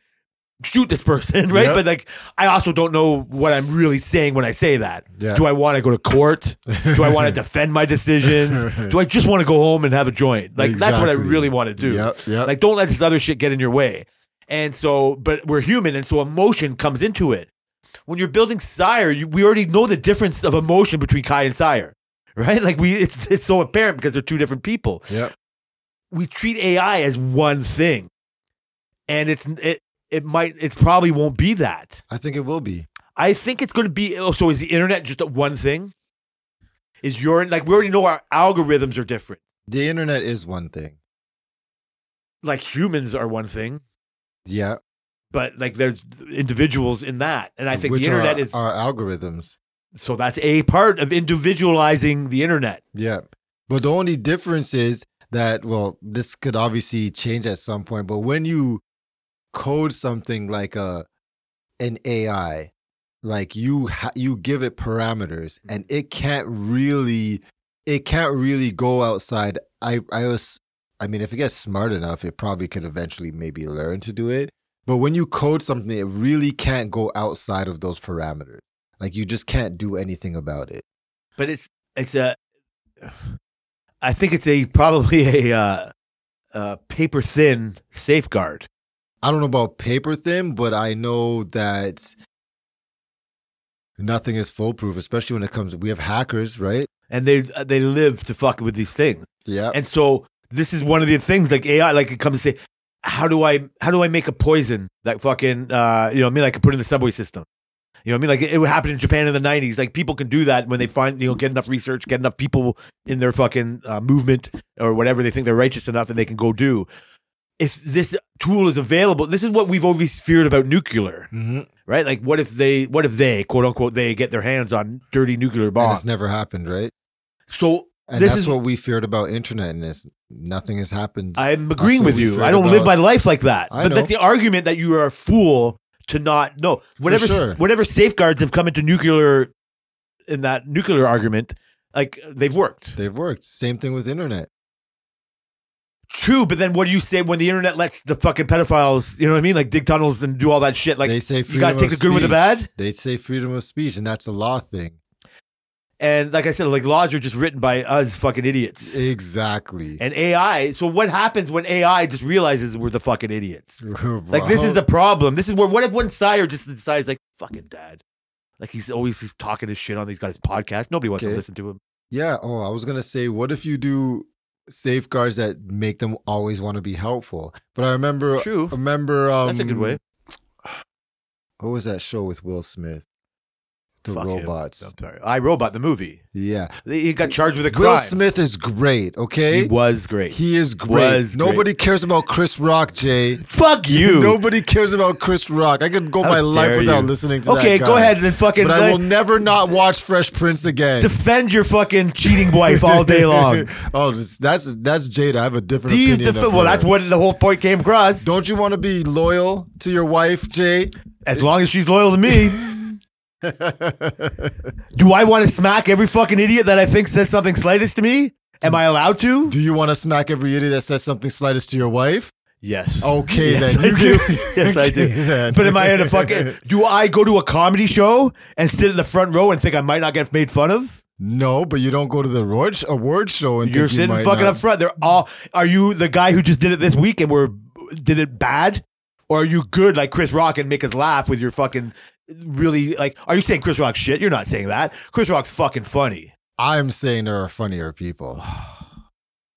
shoot this person, right?
Yep.
But like I also don't know what I'm really saying when I say that.
Yeah.
Do I want to go to court? Do I want to defend my decisions? Do I just want to go home and have a joint? Like that's what I
Exactly.
really want to do.
Yep. Yep.
Like don't let this other shit get in your way. And so, but we're human, and so emotion comes into it. When you're building sire, you, we already know the difference of emotion between Kai and sire, right? Like we, it's it's so apparent because they're two different people.
yep.
We treat AI as one thing, and it's it it might it probably won't be that.
I think it will be.
I think it's going to be. Oh, so is the internet just one thing? Is your like we already know our algorithms are different.
The internet is one thing.
Like humans are one thing,
Yeah.
but like there's individuals in that, and I think
Which
the internet
are,
is.
our algorithms.
so that's a part of individualizing the internet.
Yeah. But the only difference is that, well, this could obviously change at some point, but when you code something like a an AI, like you ha- you give it parameters and it can't really it can't really go outside. I I was I mean, if it gets smart enough, it probably could eventually maybe learn to do it. But when you code something, it really can't go outside of those parameters. Like you just can't do anything about it.
But it's it's a. I think it's a probably a, uh, uh paper thin safeguard.
I don't know about paper thin, but I know that nothing is foolproof, especially when it comes. We have hackers, right?
And they they live to fuck with these things.
Yeah,
And so this is one of the things like AI, like it comes to say, how do I how do I make a poison that fucking uh, you know what I mean I could put in the subway system. You know what I mean? Like it, it would happen in Japan in the '90s. Like people can do that when they find you know get enough research, get enough people in their fucking uh, movement or whatever they think they're righteous enough, and they can go do. If this tool is available, this is what we've always feared about nuclear,
mm-hmm.
right? Like what if they what if they quote unquote they get their hands on dirty nuclear
and
bombs?
it's never happened, right?
so
And
this
that's
is
what we feared about internet, and it's nothing has happened.
I'm agreeing
Also,
with
we
you.
fear
I don't live my
about-
life like that.
I
but
know.
that's the argument that you are a fool to not know. Whatever
sure.
whatever safeguards have come into nuclear in that nuclear argument, like they've worked.
They've worked. Same thing with internet.
True, but then what do you say when the internet lets the fucking pedophiles, you know what I mean, like dig tunnels and do all that shit? Like
they say freedom
you gotta take
of
the good with the
speech.
bad.
They say freedom of speech, and that's a law thing.
And like I said, like laws are just written by us fucking idiots.
Exactly.
and AI. So what happens when AI just realizes we're the fucking idiots? Like this is
Bro.
the problem. This is where what if one sire just decides like fucking dad, like he's always he's talking his shit on these guys' podcast. Nobody wants to
Okay.
listen to him.
Yeah. Oh, I was gonna say, what if you do safeguards that make them always want to be helpful? But I remember,
True,
I remember, um,
that's a good way.
What was that show with Will Smith? The
Fuck him.
robots.
I'm sorry, I Robot the movie.
Yeah.
He got charged with a crime.
Will Smith is great. Okay.
he
He,
was great.
is great.
was great.
Nobody cares about Chris Rock, Jay.
Fuck you.
Nobody cares about Chris Rock. I could go
How
my life
dare
without
you.
listening to that.
okay, go
guy.
ahead and fucking
But I will
like,
never not watch Fresh Prince again.
defend your fucking cheating wife all day long.
oh, this- that's that's Jada. I have a different
These
opinion.
defe-
of
well,
her.
that's what the whole point came across.
Don't you want to be loyal to your wife, Jay?
as long as she's loyal to me. Do I want to smack every fucking idiot that I think says something slightest to me? Am I allowed to?
Do you want to smack every idiot that says something slightest to your wife?
Yes.
Okay,
Yes,
then.
I do. Yes, I
okay,
do.
then.
But am I in a fucking? Do I go to a comedy show and sit in the front row and think I might not get made fun of?
No, but you don't go to the award, sh- award show and
You're
think you
sitting
might
fucking
not-
up front. They're all. Are you the guy who just did it this week and were did it bad, or are you good like Chris Rock and make us laugh with your fucking really like? Are you saying Chris Rock shit? You're not saying that. Chris Rock's fucking funny.
I'm saying there are funnier people.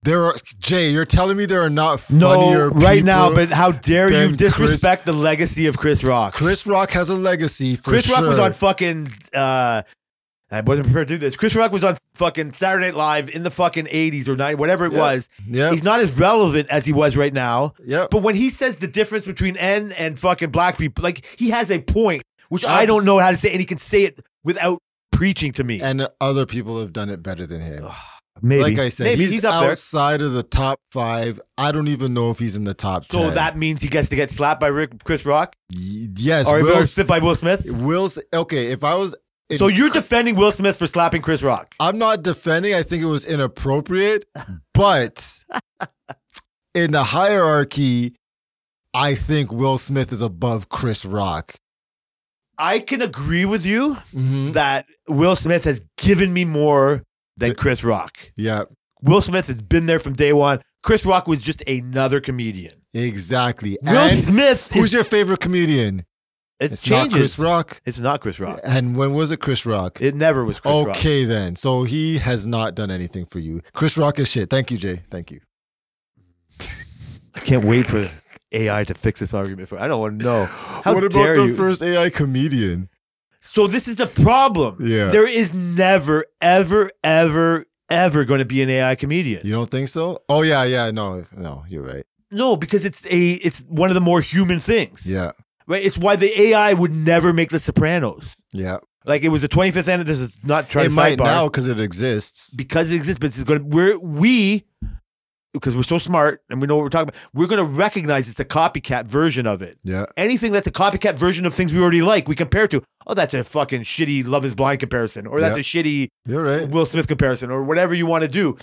There are Jay. You're telling me there are not
No,
funnier
right
people?
now. But how dare you
than Chris-
disrespect the legacy of Chris Rock?
Chris Rock has a legacy for
Chris
sure.
Rock was on fucking. Uh, I wasn't prepared to do this. Chris Rock was on fucking Saturday Night Live in the fucking eighties or 90s, whatever it
Yeah.
was.
Yep,
He's not as relevant as he was right now.
yep.
But when he says the difference between N and fucking black people, like he has a point, which I don't know how to say, and he can say it without preaching to me.
And other people have done it better than him.
Maybe,
Like I said,
Maybe
he's,
he's up there.
outside of the top five. I don't even know if he's in the top
So
ten.
that means he gets to get slapped by Rick, Chris Rock
Y- yes,
or
Will,
Will, sit by Will Smith.
Will's okay. If I was, it-
so you're defending Will Smith for slapping Chris Rock.
I'm not defending. I think it was inappropriate, but in the hierarchy, I think Will Smith is above Chris Rock.
I can agree with you.
Mm-hmm.
that Will Smith has given me more than Chris Rock.
Yeah,
Will Smith has been there from day one. Chris Rock was just another comedian.
exactly.
Will
and
Smith
who's
is,
your favorite comedian?
it
It's
changes.
not Chris Rock.
It's not Chris Rock.
And when was it Chris Rock?
It never was Chris Rock.
okay, then. So he has not done anything for you. Chris Rock is shit. Thank you, Jay. Thank you.
I can't wait for AI to fix this argument for. I don't want to know. How
what about
dare
the
you?
first AI comedian?
so this is the problem.
Yeah.
There is never, ever, ever, ever going to be an AI comedian.
You don't think so? Oh yeah, yeah. No, no. You're right.
No, because it's a it's one of the more human things.
Yeah,
Right? It's why the AI would never make The Sopranos.
yeah.
Like it was the 25th anniversary. This is not trying
it
to
might
sidebar.
now because it exists.
because it exists, but it's going to, we're, we, because we're so smart and we know what we're talking about, we're going to recognize it's a copycat version of it.
Yeah.
Anything that's a copycat version of things we already like, we compare to. Oh, that's a fucking shitty Love is Blind comparison, or that's a shitty
You're right.
Will Smith comparison, or whatever you want to do.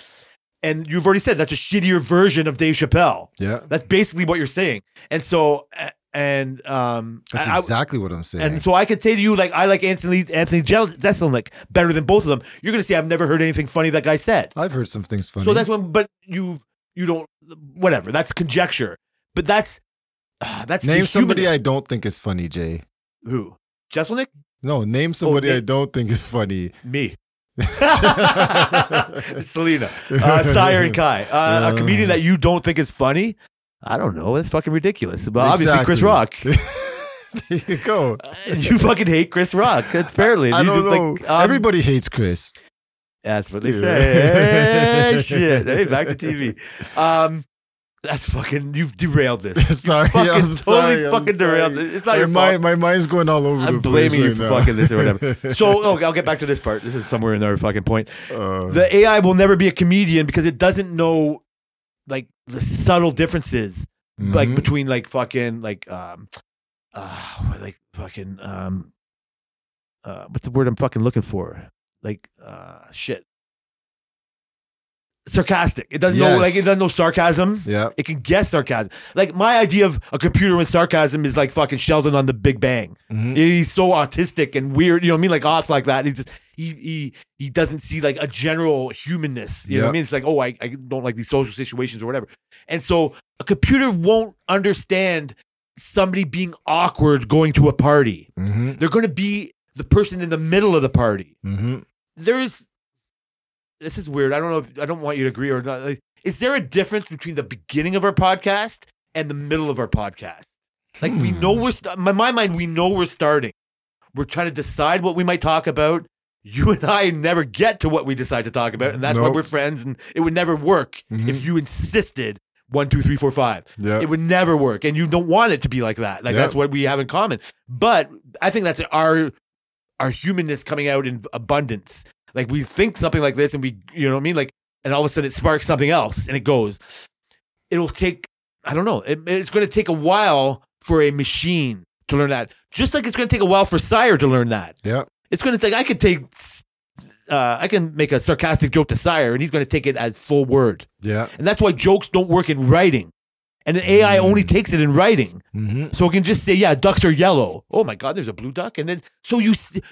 And you've already said that's a shittier version of Dave Chappelle.
Yeah.
That's basically what you're saying. And so, a- and, um,
That's
I- I-
exactly what I'm saying.
and so I could say to you, like, I like Anthony Anthony Jel- Jeselnik better than both of them. You're gonna say I've never heard anything funny that guy said.
I've heard some things funny.
So that's when, but you you don't whatever. That's conjecture. But that's ah, that's the
name somebody
human-
I don't think is funny, Jay.
who Jeselnik
No, name somebody
na-
I don't think is funny.
me. Selena, uh, Sire and Kai, uh, a comedian that you don't think is funny. I don't know. That's fucking ridiculous. But obviously, Chris
Exactly.
Rock.
there you go.
Uh, you fucking hate Chris Rock. That's fairly.
I
You
don't
just,
know.
like, um,
Everybody hates Chris.
That's what they
Yeah.
say. Hey, shit. Hey, back to TV. Um, that's fucking. You've derailed this. You
sorry,
fucking
I'm
totally
sorry, I'm
fucking derailed
sorry.
this. It's not
My,
your
mind, my mind's going all over
I'm
the place
blaming you
right
for
now.
fucking this or fault. So, okay, I'll get back to this part. This is somewhere in our fucking point.
Uh,
The AI will never be a comedian because it doesn't know, like, the subtle differences, like
mhm.
between like fucking like um, uh, like fucking um, uh, what's the word I'm fucking looking for? Like uh, shit. Sarcastic. It doesn't know like
Yes.
it doesn't know sarcasm.
yeah.
It can guess sarcasm. Like my idea of a computer with sarcasm is like fucking Sheldon on the Big Bang.
mhm.
He's so autistic and weird. You know what I mean? Like odds like that. He just he he he doesn't see like a general humanness. You know what I
Yep.
mean? It's like oh I I don't like these social situations or whatever. And so a computer won't understand somebody being awkward going to a party.
Mhm.
They're going to be the person in the middle of the party.
Mhm.
There's this is weird. I don't know if I don't want you to agree or not. Like, is there a difference between the beginning of our podcast and the middle of our podcast? Like we know we're st- in my mind, we know we're starting. We're trying to decide what we might talk about. You and I never get to what we decide to talk about, and that's why
Nope.
we're friends. And it would never work if
Mhm.
you insisted one, two, three, four, five.
Yeah.
It would never work, and you don't want it to be like that. Like
Yeah.
that's what we have in common. But I think that's our our humanness coming out in abundance. Like we think something like this, and we, you know what I mean? Like, and all of a sudden it sparks something else, and it goes. It'll take, I don't know. It, it's going to take a while for a machine to learn that. Just like it's going to take a while for Sire to learn that.
Yeah.
It's going to take. I could take. Uh, I can make a sarcastic joke to Sire, and he's going to take it as full word.
Yeah.
And that's why jokes don't work in writing. and an AI only
Mm.
takes it in writing,
Mm-hmm.
so it can just say, "Yeah, ducks are yellow." Oh my God, there's a blue duck, and then so you see,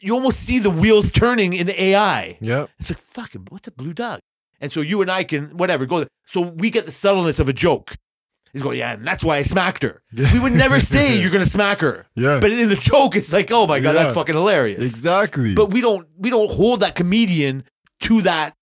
you almost see the wheels turning in AI.
Yep.
It's like fucking what's a blue duck? And so you and I can whatever go. So we get the subtleness of a joke. He's going, yeah, and that's why I smacked her. We would never say you're gonna smack her,
Yeah.
but in the joke, it's like, oh my god, that's
Yeah.
fucking hilarious.
exactly.
But we don't we don't hold that comedian to that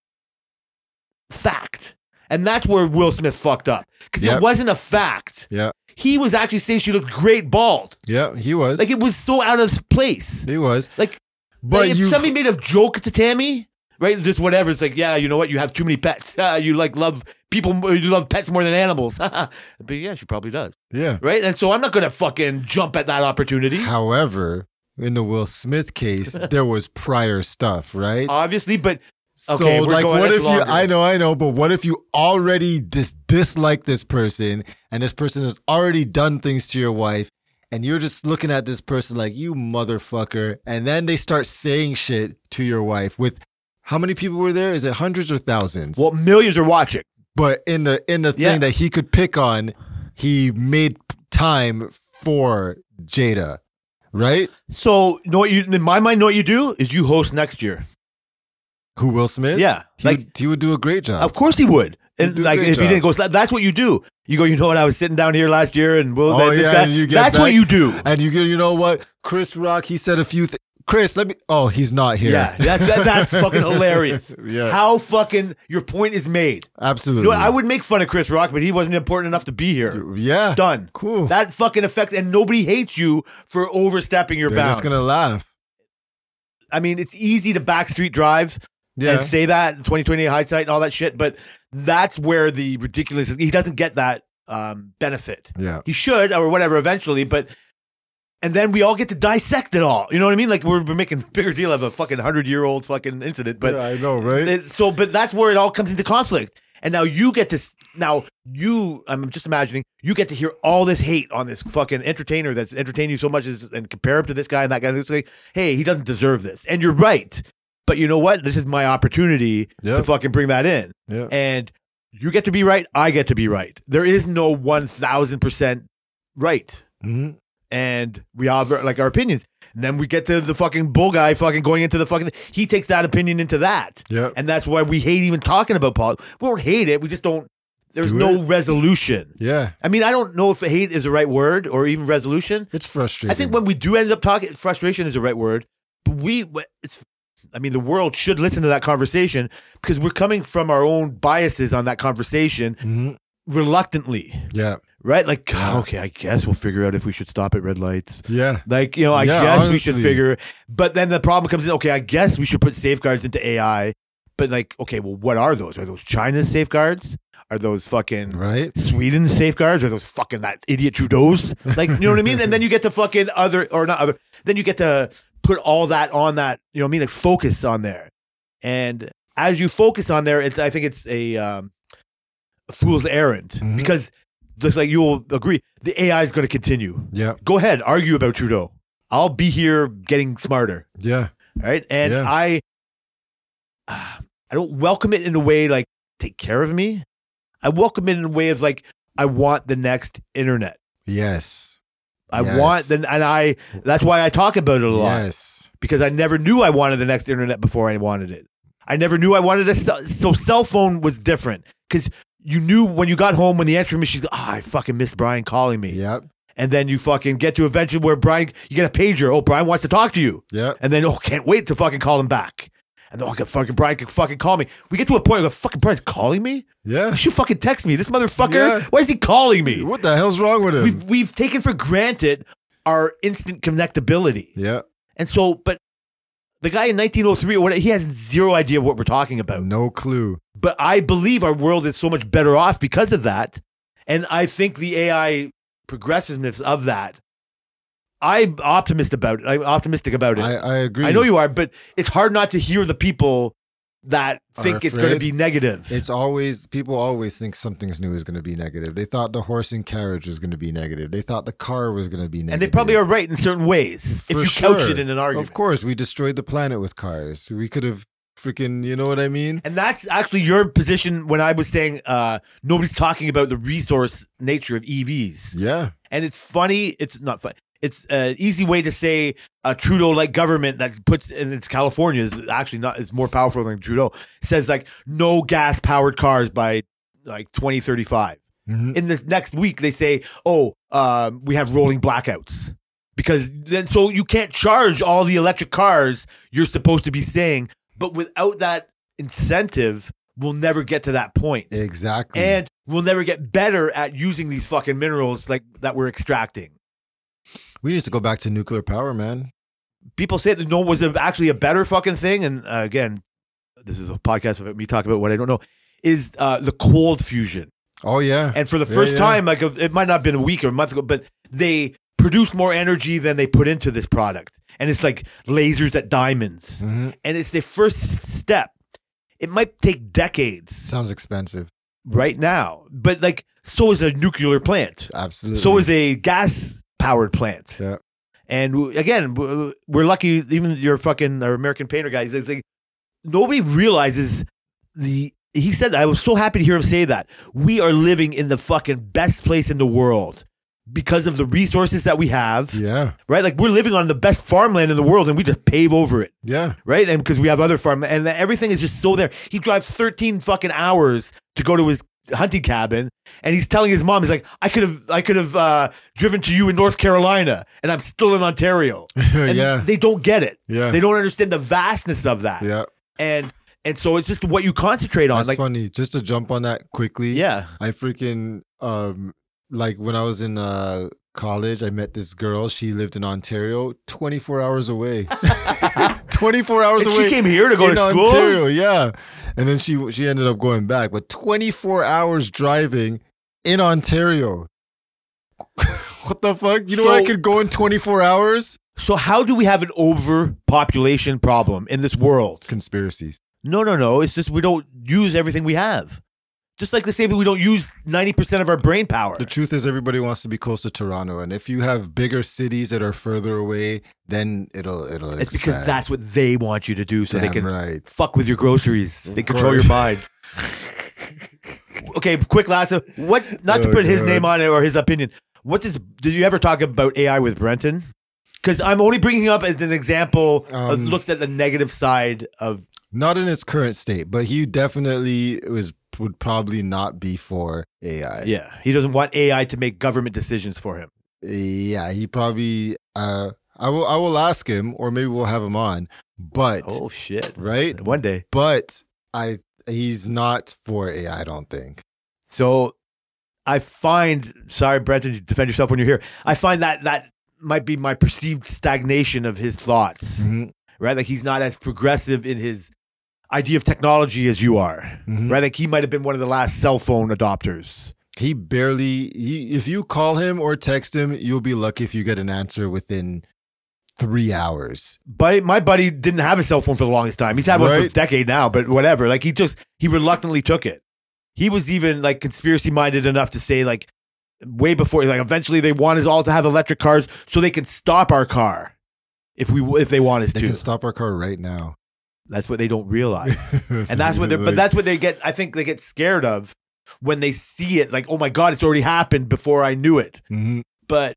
fact, and that's where Will Smith fucked up because
Yep.
it wasn't a fact.
Yeah.
He was actually saying she looked great bald.
yeah, he was.
Like it was so out of place.
he was.
Like
But
like, if
you
somebody made a joke to Tammy, right? Just whatever. It's like, yeah, you know what? You have too many pets. Ah, you like love people. more- You love pets more than animals. but yeah, she probably does,
Yeah.
right? And so I'm not gonna fucking jump at that opportunity,
However, in the Will Smith case, there was prior stuff, right?
obviously. But Uh, Okay,
so
we're
like
going-
what
that's
if you
longer.
I know, I know, but what if you already dis- dislike this person and this person has already done things to your wife and you're just looking at this person like you motherfucker and then they start saying shit to your wife with how many people were there? Is it hundreds or thousands?
well, millions are watching.
but in the in the thing
Yeah.
that he could pick on, he made time for Jada, right?
So know what you in my mind? Know what you do is you host next year.
Who Will Smith?
Yeah,
he,
like
would, he would do a great job.
of course he would.
You
And
do a
like
great
if he
job.
didn't go, that's what you do. You go. You know what? I was sitting down here last year, and Will.
Oh,
this
yeah,
guy.
and you get
that's what
back-
you do.
And you go, you know what? Chris Rock, he said a few things. Chris, let me. Oh, he's not here.
Yeah, that's that, that's fucking hilarious.
Yeah. Mm-hmm.
How fucking your point is made. You
Absolutely.
know, what, I would make fun of Chris Rock, but he wasn't important enough to be here.
Yeah.
Done.
Cool.
That fucking affects, and nobody hates you for overstepping your
They're
bounds.
just gonna laugh.
I mean, it's easy to backstreet drive
Yeah.
and say that 2020 hindsight and all that shit, but that's where the ridiculous. He doesn't get that um, benefit.
Yeah.
He should or whatever eventually, but. And then we all get to dissect it all. You know what I mean? Like we're, we're making a bigger deal of a fucking hundred year old fucking incident, but
yeah, I know, right?
It- so but that's where it all comes into conflict and now you get to s- now you i'm just imagining you get to hear all this hate on this fucking entertainer that's entertained you so much as, and compare him to this guy and that guy and it's like hey he doesn't deserve this and you're right but you know what this is my opportunity
yeah.
to fucking bring that in
yeah.
and you get to be right i get to be right there is no 1000% right
Mhm.
and we have like our opinions and then we get to the fucking bull guy fucking going into the fucking he takes that opinion into that
Yeah.
and that's why we hate even talking about politics. We don't hate it. We just don't. There's
Do
no resolution.
Yeah.
I mean, I don't know if hate is the right word or even resolution.
It's frustrating.
I think when we do end up talking, frustration is the right word. But we, it's, I mean, the world should listen to that conversation because we're coming from our own biases on that conversation
Mhm.
reluctantly,
Yeah.
right? Like,
Yeah.
okay, I guess we'll figure out if we should stop at red lights.
Yeah.
Like, you know, I
Yeah,
guess we should
honestly.
figure, but then the problem comes in, okay, I guess we should put safeguards into AI. But like, okay, well, what are those? Are those China's safeguards? Are those fucking
Right.
Sweden's safeguards? Are those fucking that idiot Trudeau's? Like, you know what I mean? And then you get to fucking other, or not other, then you get to put all that on that, you know what I mean? Like, focus on there. And as you focus on there, it's, I think it's a, um, a fool's errand
Mhm.
because just like you'll agree, the AI is going to continue
Yeah.
go ahead, argue about Trudeau. I'll be here getting smarter,
Yeah.
right? And
Yeah.
I, I don't welcome it in a way like take care of me. I welcome it in a way of like I want the next internet.
Yes.
I
Yes.
want the and I. That's why I talk about it a lot
Yes.
because I never knew I wanted the next internet before I wanted it. I never knew I wanted a cell, so cell phone was different because you knew when you got home when the answering machine. Ah, I fucking miss Brian calling me.
Yep.
And then you fucking get to eventually where Brian, you get a pager. Oh, Brian wants to talk to you.
Yep.
And then, oh, can't wait to fucking call him back. And then, oh, fucking Brian can fucking call me. We get to a point where fucking Brian's calling me?
Yeah.
You should fucking text me. This motherfucker,
Yeah.
why is he calling me?
What the hell's wrong with him?
We've, we've taken for granted our instant connectability.
Yeah.
And so, but the guy in 1903 or whatever, he has zero idea what we're talking about.
No clue.
But I believe our world is so much better off because of that. And I think the AI progressiveness of that, I'm optimistic about it. I'm optimistic about it.
I, I agree.
I know you are, but it's hard not to hear the people that
Are
think it's going to
afraid.
be negative.
It's always people always think something's new is going to be negative. They thought the horse and carriage was going to be negative. They thought the car was going to be negative. Mm,
and they probably are right in certain ways
For
if you couch
sure.
it in an argument.
Of course, we destroyed the planet with cars. We could have freaking, you know what I mean?
And that's actually your position when I was saying uh, nobody's talking about the resource nature of E EVs.
Yeah.
And it's funny. It's not funny. It's an easy way to say a Trudeau-like government that puts in its California is actually not is more powerful than Trudeau says like no gas-powered cars by like 2035.
Mhm.
In this next week, they say, oh, um, we have rolling blackouts because then so you can't charge all the electric cars you're supposed to be saying. But without that incentive, we'll never get to that point
Exactly.
and we'll never get better at using these fucking minerals like that we're extracting.
we need to go back to nuclear power, man.
People say that no was a, actually a better fucking thing, and uh, again, this is a podcast about me talking about what I don't know. Is uh, the cold fusion,
Oh yeah.
and for the
Yeah,
first
yeah.
time, like of- it might not have been a week or a month ago, but they produced more energy than they put into this product, and it's like lasers at diamonds,
Mhm.
and it's the first step. It might take decades
Sounds expensive.
right now, but like so is a nuclear plant.
Absolutely.
So is a gas powered plant.
Yeah.
And w- again, w- we're lucky, even your fucking our American painter guy, he's like, nobody realizes the. He said, I was so happy to hear him say that. We are living in the fucking best place in the world because of the resources that we have,
Yeah.
right? Like, we're living on the best farmland in the world and we just pave over it,
Yeah.
right? And because we have other farm and everything is just so there. He drives 13 fucking hours to go to his hunting cabin and he's telling his mom he's like i could have i could have uh driven to you in north carolina and i'm still in ontario and
Uh, yeah.
they don't get it.
Yeah.
They don't understand the vastness of that.
yeah.
And and so it's just what you concentrate on.
That's
like
funny. Just to jump on that quickly.
yeah.
I freaking um like when I was in uh college, I met this girl. She lived in Ontario, 24 hours away. 24 hours
And
away.
she came here to go
in
to school.
Ontario, yeah. And then she she ended up going back, but 24 hours driving in Ontario. what the fuck? You know where I
So-
could go in 24 hours?
So how do we have an overpopulation problem in this world?
Conspiracies.
No, no, no. It's just we don't use everything we have. Just like the same that we don't use 90% of our brain power.
The truth is everybody wants to be close to Toronto, and if you have bigger cities that are further away, then it'll it'll
it's because
expand.
that's what they want you to do so
Damn
they can
right.
fuck with your groceries. They
Of
control
course.
your mind. okay, quick last one. what not to
Oh,
put his
God.
name on it or his opinion. What does did you ever talk about AI with Brenton? Because I'm only bringing up as an example of
Um,
looks at the negative side of
Not in its current state, but he definitely was would probably not be for AI.
yeah. He doesn't want AI to make government decisions for him.
Yeah, he probably. Uh, I will. I will ask him, or maybe we'll have him on. But
Oh shit!
right,
One day.
but I he's not for AI. I don't think.
So I find sorry, Brenton, you defend yourself when you're here. I find that that might be my perceived stagnation of his thoughts.
Mm-hmm,
right? Like he's not as progressive in his idea of technology as you are,
Mhm.
right? Like he might have been one of the last cell phone adopters.
He barely. He, if you call him or text him, you'll be lucky if you get an answer within three hours.
But my buddy didn't have a cell phone for the longest time. He's had one for a
Right.
decade now, but whatever. Like he just he reluctantly took it. He was even like conspiracy minded enough to say like way before like eventually they want us all to have electric cars so they can stop our car if we if they want us
They
to.
can stop our car right now.
That's what they don't realize. and that's what they're but that's what they get i think they get scared of when they see it like oh my god it's already happened before i knew it
Mhm.
but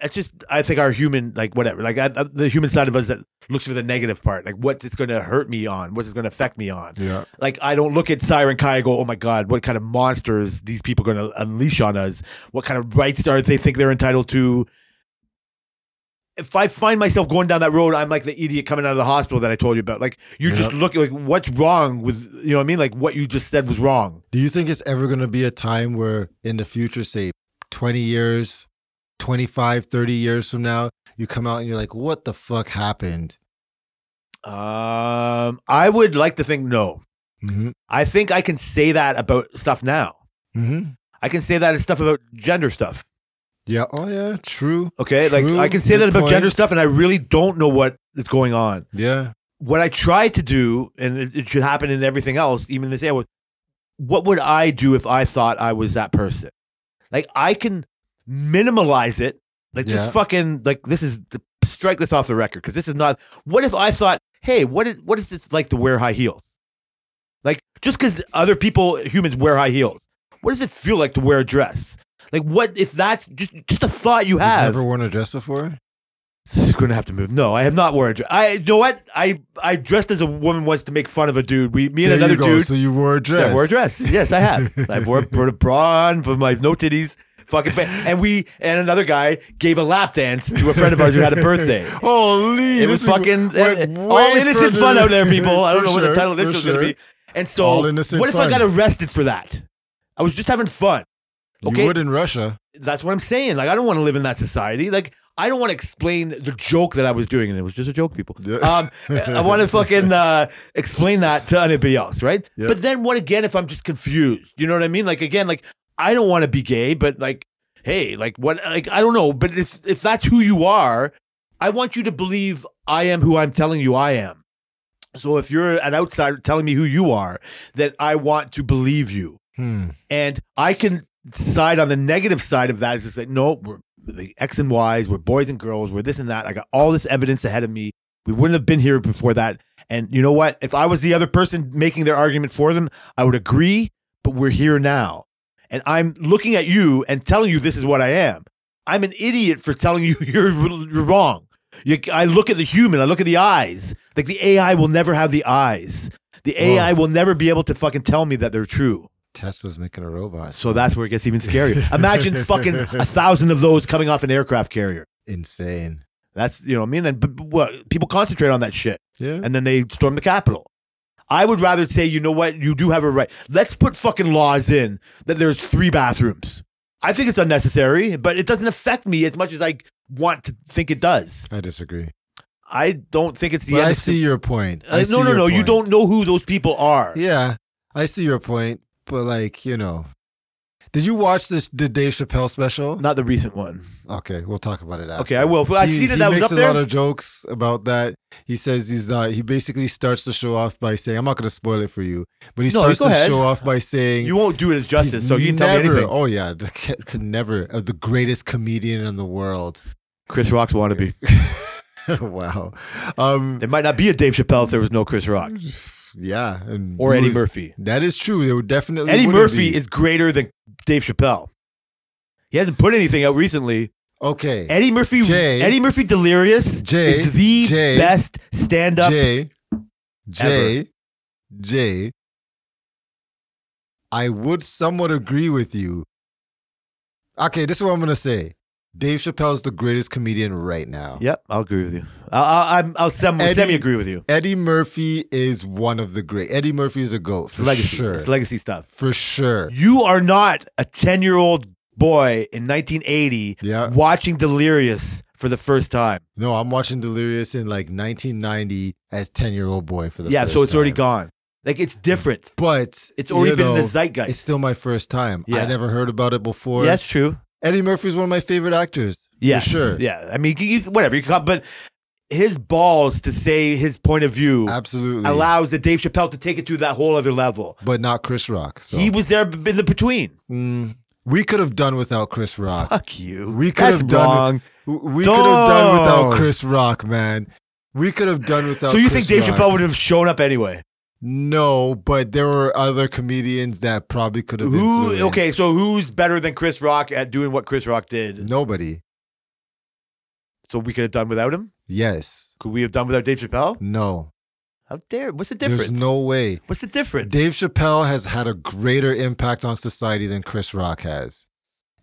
it's just i think our human like whatever like I, I- the human side of us that looks for the negative part like what's it's going to hurt me on what's it going to affect me on
Yeah.
like i don't look at siren kai and go oh my god what kind of monsters these people are going to unleash on us what kind of rights are they think they're entitled to if i find myself going down that road i'm like the idiot coming out of the hospital that i told you about like you're just looking like what's wrong with you know what i mean like what you just said was wrong
Do you think it's ever going to be a time where in the future, say 20 years, 25, 30 years from now, you come out and you're like, what the fuck happened?
um i would like to think no
Mm-hmm.
i think i can say that about stuff now
Mm-hmm.
i can say that as stuff about gender stuff
Yeah. Oh, yeah. True.
okay
True,
like i can say
good
that about gender
point.
stuff and i really don't know what is going on
Yeah.
what I tried to do, and it, it should happen in everything else, even this was what would I do if I thought I was that person? Like I can minimalize it, like
Yeah.
just fucking like this is the, strike this off the record because this is not. What if I thought, hey, what is what is it like to wear high heels? Like just because other people, humans wear high heels, what does it feel like to wear a dress? Like what if that's just just a thought you
You've
have?
never worn a dress before?
This is gonna have to move. No, I have not worn a dress. I you know what I I dressed as a woman once to make fun of a dude. We me and
There you
another
go.
dude.
So you wore a dress.
Yeah, I wore a dress. Yes, I have. I wore, put a bra on for my no titties. Fucking ba- and we and another guy gave a lap dance to a friend of ours who had a birthday.
Holy!
It was
this
fucking
is, went
uh,
way
all innocent
further
fun
than-
out there, people. I don't
For
know what the
sure,
title of this
for
was going
sure.
to be. And so,
All innocent
what if I
fun.
got arrested for that? I was just having fun. Okay,
You would in Russia.
that's what I'm saying. Like, I don't want to live in that society. Like, I don't want to explain the joke that I was doing, and it was just a joke, people.
Yeah.
Um, I want to fucking uh, explain that to anybody else, right?
Yeah.
But then what again if I'm just confused? You know what I mean? Like again, like I don't want to be gay, but like, hey, like what? Like I don't know, but if if that's who you are, I want you to believe I am who I'm telling you I am. So if you're an outsider telling me who you are, then I want to believe you.
Hmm.
And I can side on the negative side of that is just like, no, we're the X and Y's, we're boys and girls, we're this and that. I got all this evidence ahead of me. We wouldn't have been here before that. And you know what? If I was the other person making their argument for them, I would agree, but we're here now. And I'm looking at you and telling you this is what I am. I'm an idiot for telling you you're, you're wrong. You, I look at the human, I look at the eyes. Like the AI will never have the eyes. The
Whoa.
AI will never be able to fucking tell me that they're true.
Tesla's making a robot.
So that's where it gets even scarier. Imagine fucking a thousand of those coming off an aircraft carrier.
insane.
That's you know what I mean. And but, but what people concentrate on that shit,
Yeah.
and then they storm the Capitol. I would rather say, you know what, you do have a right. Let's put fucking laws in that there's three bathrooms. I think it's unnecessary, but it doesn't affect me as much as I want to think it does.
I disagree.
I don't think it's the
But
end.
I
of-
see your point.
Uh,
I see
no, no,
your
no. You
point.
don't know who those people are.
Yeah, I see your point, but like you know, did you watch this the Dave Chappelle special?
Not the recent one.
Okay, we'll talk about it. After.
Okay, I will. I
He-
seen it.
He
That was
makes
up
a
there.
lot of jokes about that. He says he's not. He basically starts to show off by saying, "I'm not going to spoil it for you," but he
No,
starts
go
to
ahead.
show off by saying,
you won't do it as
he's
justice, so you can tell me
never-
anything.
Oh yeah, the, kid could never uh, the greatest comedian in the world.
Chris Rock's wannabe.
wow. Um,
There might not be a Dave Chappelle if there was no Chris Rock
yeah, and
or
you
Eddie
would-
Murphy.
That is true. There would definitely
Eddie
wouldn't
Murphy
be.
is greater than Dave Chappelle. He hasn't put anything out recently.
okay.
Eddie Murphy,
Jay.
Eddie Murphy, Delirious
Jay.
is the
Jay.
best stand-up.
Jay, Jay,
ever.
Jay. I would somewhat agree with you. Okay, this is what I'm gonna say. Dave Chappelle is the greatest comedian right now.
Yep, I'll agree with you. I'll, I'll, I'm- I'll sem-
Eddie-
semi agree with you.
Eddie Murphy is one of the great. Eddie Murphy is a goat
It's
for
legacy.
sure.
It's legacy stuff.
for sure.
You are not a ten-year-old boy in 1980
Yeah.
watching Delirious for the first time.
No, I'm watching Delirious in like 1990 as 10 year old boy for the
yeah,
first
so it's already
time.
gone. Like it's different.
But
It's already
you
been in
know,
the zeitgeist.
It's still my first time.
Yeah.
I never heard about it before.
yeah, it's true.
Eddie Murphy's one of my favorite actors.
Yeah,
For sure.
Yeah, I mean, you, you- whatever you can, but his balls to say his point of view
Absolutely.
allows the Dave Chappelle to take it to that whole other level.
but not Chris Rock. So
He was there in the between.
Mm, we could have done without Chris Rock.
Fuck you.
We could
That's
have done
wrong.
W- We could have done
Don't.
without Chris Rock, man. We could have done without.
So you think
Chris
Dave
Rock.
Chappelle would have shown up anyway?
No, but there were other comedians that probably could have.
Who?
influenced.
Okay, so who's better than Chris Rock at doing what Chris Rock
Mm.
did?
nobody.
So we could have done without him.
Yes.
Could we have done without Dave Chappelle?
No.
How dare? What's the difference?
There's no way.
What's the difference?
Dave Chappelle has had a greater impact on society than Chris Rock has.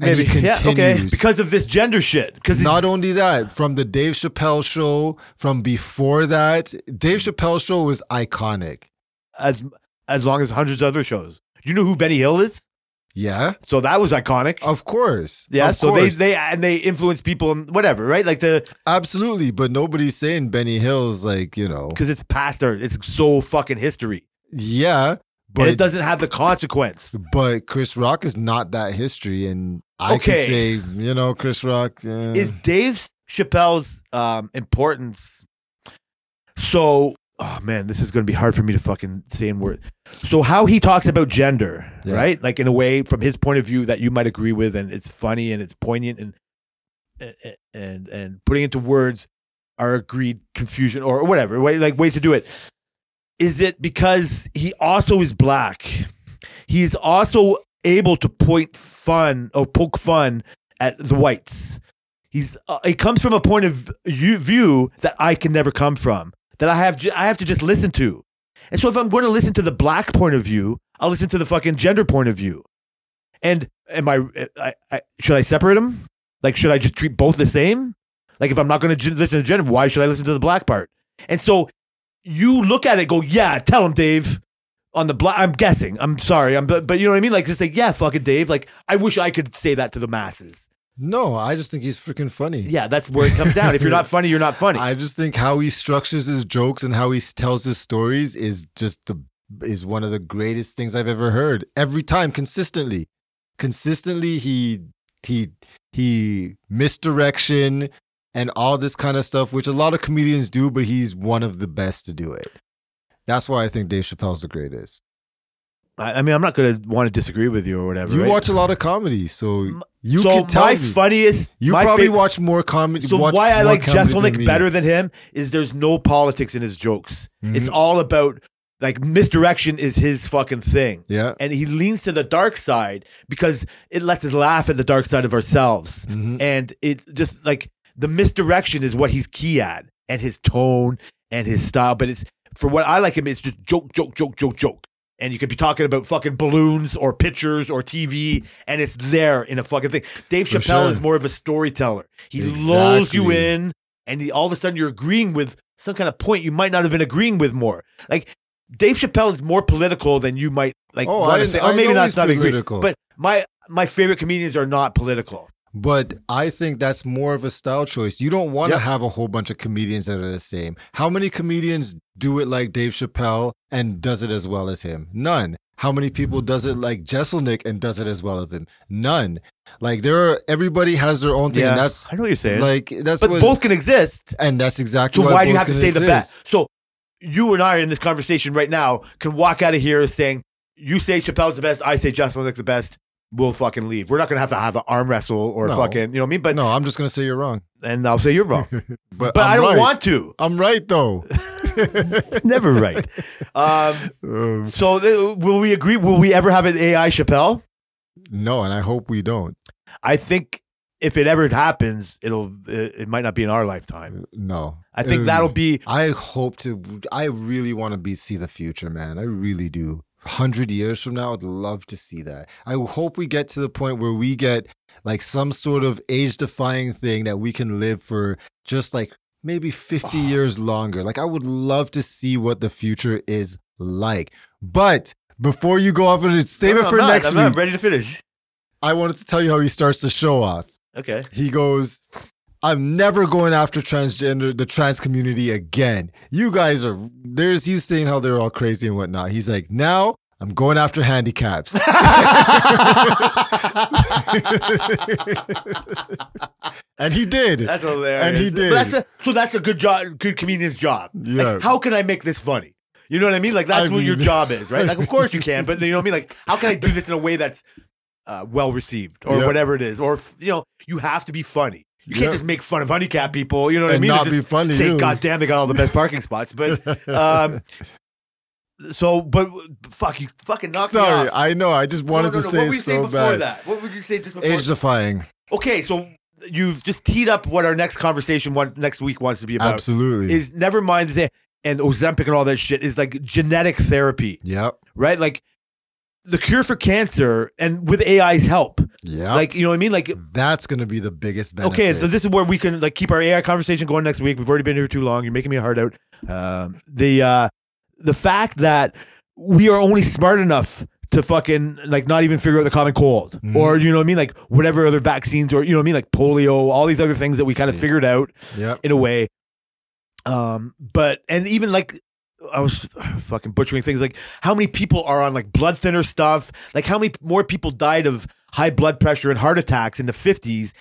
And he
Yeah,
continues.
okay. Because of this gender shit. Because
Not only that, from the Dave Chappelle show, from before that, Dave Chappelle show was iconic.
as as long as hundreds of other shows. You know who Benny Hill is?
Yeah,
So that was iconic.
of course.
yeah.
of
so
course.
they they and they influence people and whatever, right? Like the
absolutely, but nobody's saying Benny Hill's like you know.
because it's past or it's so fucking history,
Yeah,
but it
but
doesn't have the consequence.
but Chris Rock is not that history, and I
Okay.
could say you know Chris Rock eh.
Is Dave Chappelle's um, importance so? Oh man, this is going to be hard for me to fucking say in words. So how he talks about gender,
Yeah.
right? Like in a way from his point of view that you might agree with, and it's funny and it's poignant and and and, and putting into words our agreed confusion or whatever, way, like ways to do it. is it because he also is black? He's also able to point fun or poke fun at the whites. He's uh, it comes from a point of view view that I can never come from. That I have ju- I have to just listen to. And so if I'm going to listen to the black point of view, I'll listen to the fucking gender point of view. And am I, I, I should I separate them? Like should I just treat both the same? Like if I'm not going to listen to gender, why should I listen to the black part? And so you look at it, go, yeah, tell him, Dave. On the black, I'm guessing. I'm sorry, I'm, but, but you know what I mean. Like, just like, yeah, fuck it, Dave. Like, I wish I could say that to the masses.
No, I just think he's freaking funny.
Yeah, that's where it comes down. If you're not funny, you're not funny.
I just think how he structures his jokes and how he tells his stories is just the is one of the greatest things I've ever heard. Every time, consistently, consistently, he he he misdirection and all this kind of stuff, which a lot of comedians do, but he's one of the best to do it. That's why I think Dave Chappelle's the greatest.
I, I mean, I'm not gonna want to disagree with you or whatever.
You
right?
watch a lot of comedy, so you
so
can tell
my
me.
funniest.
you
my
probably
fav-
watch more comedy.
So
watch
why I
more
like Jess
comedy than
Welnick
me.
better than him is there's no politics in his jokes.
Mm-hmm.
It's all about like misdirection is his fucking thing.
Yeah.
and he leans to the dark side because it lets us laugh at the dark side of ourselves
Mhm.
and it just like the misdirection is what he's key at and his tone and his style but it's for what i like him it's just joke joke joke joke joke and you could be talking about fucking balloons or pictures or TV, and it's there in a fucking thing. Dave
For
Chappelle
sure.
is more of a storyteller. He lulls you
Exactly.
in, and he, all of a sudden you're agreeing with some kind of point you might not have been agreeing with more. Like Dave Chappelle is more political than you might like.
Oh,
wanna
I-
say,
I
or maybe
know
not
he's
not agree.
political.
But my my favorite comedians are not political.
But I think that's more of a style choice. You don't want
Yep.
to have a whole bunch of comedians that are the same. How many comedians do it like Dave Chappelle and does it as well as him? None. How many people does it like Jesselnick and does it as well as him? None. Like there are everybody has their own thing. And that's
I know what you're saying.
like that's
but
what
both can exist.
and that's exactly
So why,
why,
do you
both
have to
can
say the
exist.
best? So you and I in this conversation right now can walk out of here saying you say Chappelle's the best, I say Justin Lin the best. We'll fucking leave. We're not gonna have to have an arm wrestle or
No.
fucking, you know what I mean? But
no, I'm just gonna say you're wrong.
and I'll say you're wrong.
But,
But
I'm
I don't
right.
want to.
I'm right though.
Never right. um,
Um,
so th- will we agree? Will we ever have an AI Chappelle?
no, and I hope we don't.
I think if it ever happens, it'll it, it might not be in our lifetime.
No.
I think
Um,
that'll be
I hope to. I really want to be see the future, man. I really do. Hundred years from now, I'd love to see that. I hope we get to the point where we get like some sort of age-defying thing that we can live for just like maybe 50 years longer. Like I would love to see what the future is like. But before you go off and save
No,
it
no,
for
I'm not.
next
I'm not. I'm
week,
ready to finish.
I wanted to tell you how he starts the show off
Okay.
he goes i'm never going after transgender the trans community again you guys are there's he's saying how they're all crazy and whatnot he's like now i'm going after handicaps and he did
That's hilarious.
And he did.
But that's a, so that's a good job, good comedian's job. Like,
Yeah.
how can I make this funny? You know what I mean? Like that's
I
what your
mean-
job is, right? Like of course you can, but you know what I mean? Like how can I do this in a way that's uh, well received or
Yeah.
whatever it is? Or you know, you have to be funny. You can't
Yeah.
just make fun of handicapped people. You know what I
And
mean?
not
just
be funny,
Say,
you.
God damn, they got all the best parking spots. But um, so, but fuck, you fucking knocked
sorry
me off.
i know i just wanted
no, no,
to
no.
say
what
it
were you saying
so
before
bad
that? What would you say just before?
age defying
Okay, so you've just teed up what our next conversation one next week wants to be about.
absolutely
Is never mind the and Ozempic and all that shit is like genetic therapy,
yep
right? Like the cure for cancer and with AI's help.
yeah
Like, you know what I mean? Like
that's gonna be the biggest benefit
okay, so this is where we can like keep our AI conversation going next week. We've already been here too long. You're making me a hard out. Um, the uh, the fact that we are only smart enough to fucking like not even figure out the common cold
Mhm.
or you know what I mean, like whatever other vaccines or you know what I mean, like polio, all these other things that we kind of figured out
yep
in a way. Um, but and even like I was fucking butchering things like how many people are on like blood thinner stuff, like how many more people died of high blood pressure and heart attacks in the 50s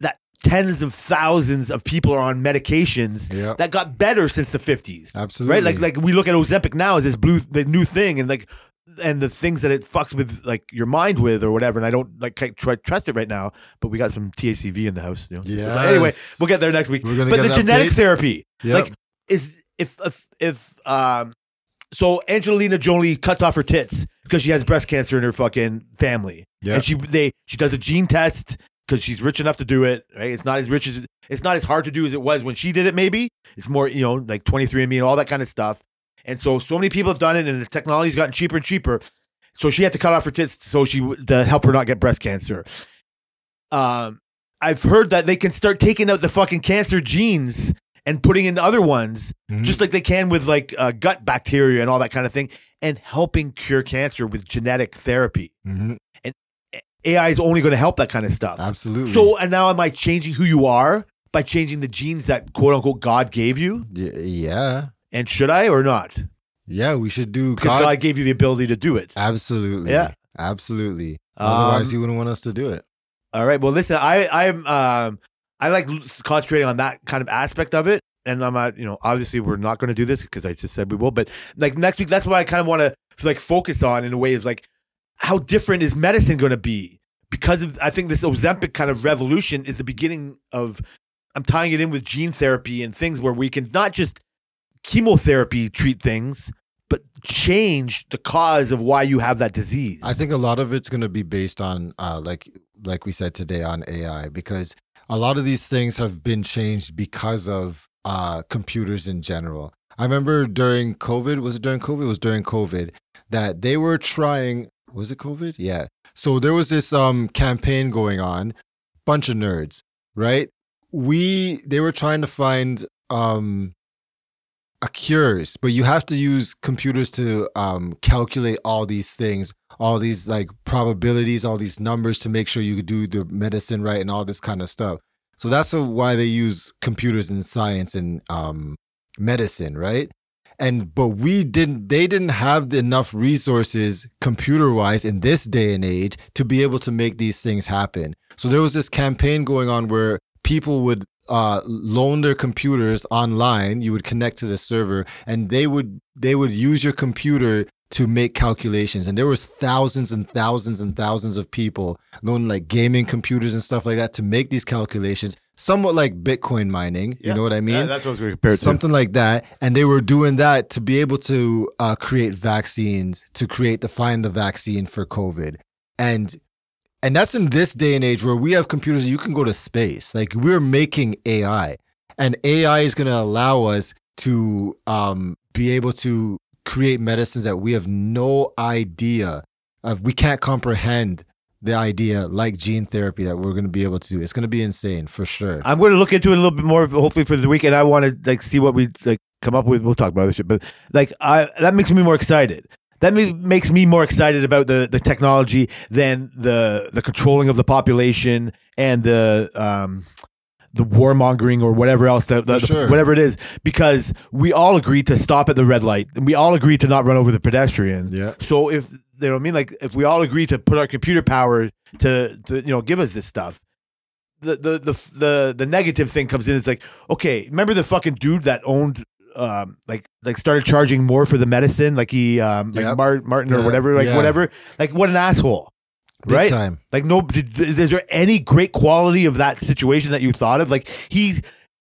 that tens of thousands of people are on medications
yep
that got better since the 50s.
absolutely
Right? Like like we look at Ozempic now as this blue the new thing and like and the things that it fucks with like your mind with or whatever and I don't like try, try, trust it right now, but we got some THCV in the house, you know. So, but anyway,
Yes.
we'll get there next week.
We're gonna
But
get
the
an
genetic
update.
therapy
Yep.
like is if if if um so Angelina Jolie cuts off her tits because she has breast cancer in her fucking family.
Yeah.
And she they she does a gene test because she's rich enough to do it. Right? It's not as rich as it's not as hard to do as it was when she did it. Maybe it's more you know like 23andMe and all that kind of stuff. And so so many people have done it, and the technology's gotten cheaper and cheaper. So she had to cut off her tits so she w- to help her not get breast cancer. Um, I've heard that they can start taking out the fucking cancer genes and putting in other ones
Mm-hmm.
just like they can with like uh, gut bacteria and all that kind of thing, and helping cure cancer with genetic therapy.
Mhm.
AI is only going to help that kind of stuff.
absolutely.
So, and now am I changing who you are by changing the genes that quote unquote God gave you?
Y- yeah,
And should I or not?
yeah, we should do
Because
God.
God, gave you the ability to do it.
absolutely.
Yeah.
absolutely. Otherwise,
Um,
he wouldn't want us to do it.
All right. Well, listen, I I'm um I like l- concentrating on that kind of aspect of it, and I'm not you know obviously we're not going to do this because I just said we will, but like next week, that's what I kind of want to like focus on in a way is like how different is medicine going to be because of I think this Ozempic kind of revolution is the beginning of I'm tying it in with gene therapy and things where we can not just chemotherapy treat things, but change the cause of why you have that disease.
I think a lot of it's going to be based on, uh, like, like we said today, on AI because a lot of these things have been changed because of uh, computers in general. I remember during COVID, was it during COVID? It was during COVID that they were trying. Was it COVID? Yeah. So there was this um campaign going on, bunch of nerds, right? We they were trying to find um a cures, but you have to use computers to um calculate all these things all these like probabilities, all these numbers to make sure you do the medicine right and all this kind of stuff. So that's a, why they use computers in science and um, medicine, right? And but we didn't, they didn't have enough resources computer wise in this day and age to be able to make these things happen. So there was this campaign going on where people would uh, loan their computers online. You would connect to the server, and they would they would use your computer to make calculations. And there was thousands and thousands and thousands of people loaning like gaming computers and stuff like that to make these calculations, somewhat like Bitcoin mining.
Yeah.
You know what I mean?
That- that's what I was going to compare it to.
something like that and they were doing that to be able to uh, create vaccines to create to find the vaccine for covid and and that's in this day and age where we have computers you can go to space like we're making ai and ai is going to allow us to um, be able to create medicines that we have no idea of we can't comprehend the idea like gene therapy that we're going to be able to do it's going to be insane for sure
I'm going to look into it a little bit more, hopefully for the weekend. I want to like see what we like come up with. We'll talk about other shit, but like I that makes me more excited. That ma- makes me more excited about the the technology than the the controlling of the population and the um the warmongering or whatever else the, the,
For sure.
whatever it is because we all agree to stop at the red light and we all agree to not run over the pedestrian.
yeah
So if you know what I mean, like if we all agree to put our computer power to to you know give us this stuff, the the the the, the negative thing comes in. It's like okay, remember the fucking dude that owned. Um, like, like, started charging more for the medicine, like he, um, like
Yep.
Mar- Martin or
Yeah,
whatever, like
yeah.
whatever, like what an asshole,
big
right?
time
Like, no, did, is there any great quality of that situation that you thought of? Like he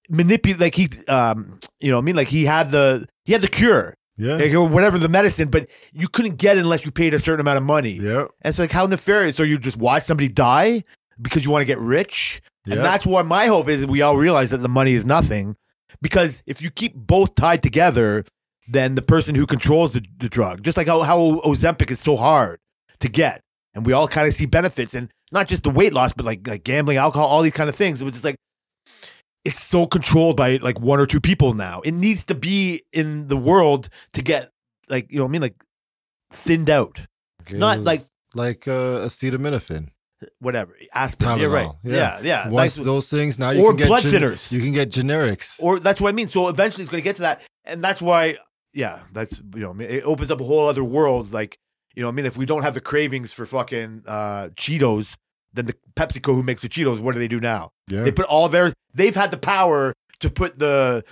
manipulated, like he, um, you know, what I mean, like he had the he had the cure,
yeah
like, or whatever the medicine, but you couldn't get it unless you paid a certain amount of money.
Yep.
And it's like how nefarious. So you just watch somebody die because you want to get rich,
Yeah.
and that's what my hope is. that We all realize that the money is nothing, because if you keep both tied together, then the person who controls the, the drug, just like how how Ozempic is so hard to get, and we all kind of see benefits, and not just the weight loss, but like like gambling, alcohol, all these kind of things. It was just like it's so controlled by like one or two people now. It needs to be in the world to get like you know what I mean, like thinned out. Not
Is
like-
like uh, acetaminophen.
whatever aspirin. You're right.
Tylenol,
Yeah,
yeah.
yeah.
Once
Nice-
those things, now you
or
can get
blood
gen-
thinners.
You can get generics.
or that's what I mean. So eventually, it's going to get to that, and that's why. Yeah, that's you know, I mean, it opens up a whole other world. Like you know, what I mean, if we don't have the cravings for fucking uh, Cheetos, then the PepsiCo who makes the Cheetos, what do they do now?
yeah.
They put all their. They've had the power to put the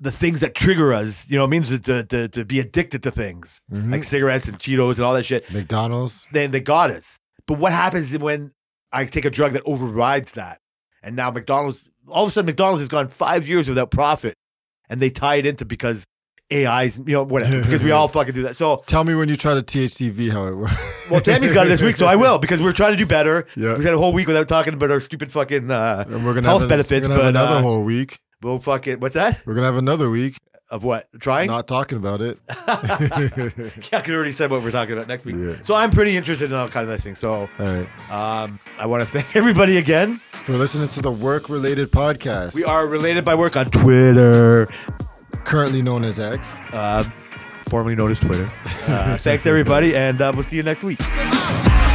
the things that trigger us. You know, what I mean, to to, to, to be addicted to things
Mhm.
like cigarettes and Cheetos and all that shit.
McDonald's.
then they got us. But what happens when I take a drug that overrides that? And now McDonald's, all of a sudden, McDonald's has gone five years without profit, and they tie it into because AIs, you know, whatever, because we all fucking do that. So,
Tell me when you try to THCV how it works.
well, Tammy's got it this week, so I will because we're trying to do better.
Yeah.
We had a whole week without talking about our stupid fucking. Uh,
And we're gonna
health
have, an-
benefits,
we're gonna have
but,
another
uh,
whole week.
we'll fucking. What's that?
We're gonna have another week
Of what? Trying?
not talking about it.
yeah, I could already said what we're talking about next week.
Yeah.
So I'm pretty interested in all kinds of things. So
All right,
um, I want to thank everybody again.
for listening to the work-related podcast,
We are related by work on Twitter,
currently known as X.
uh, formerly known as Twitter. Uh, thanks everybody, and uh, we'll see you next week.
Hey!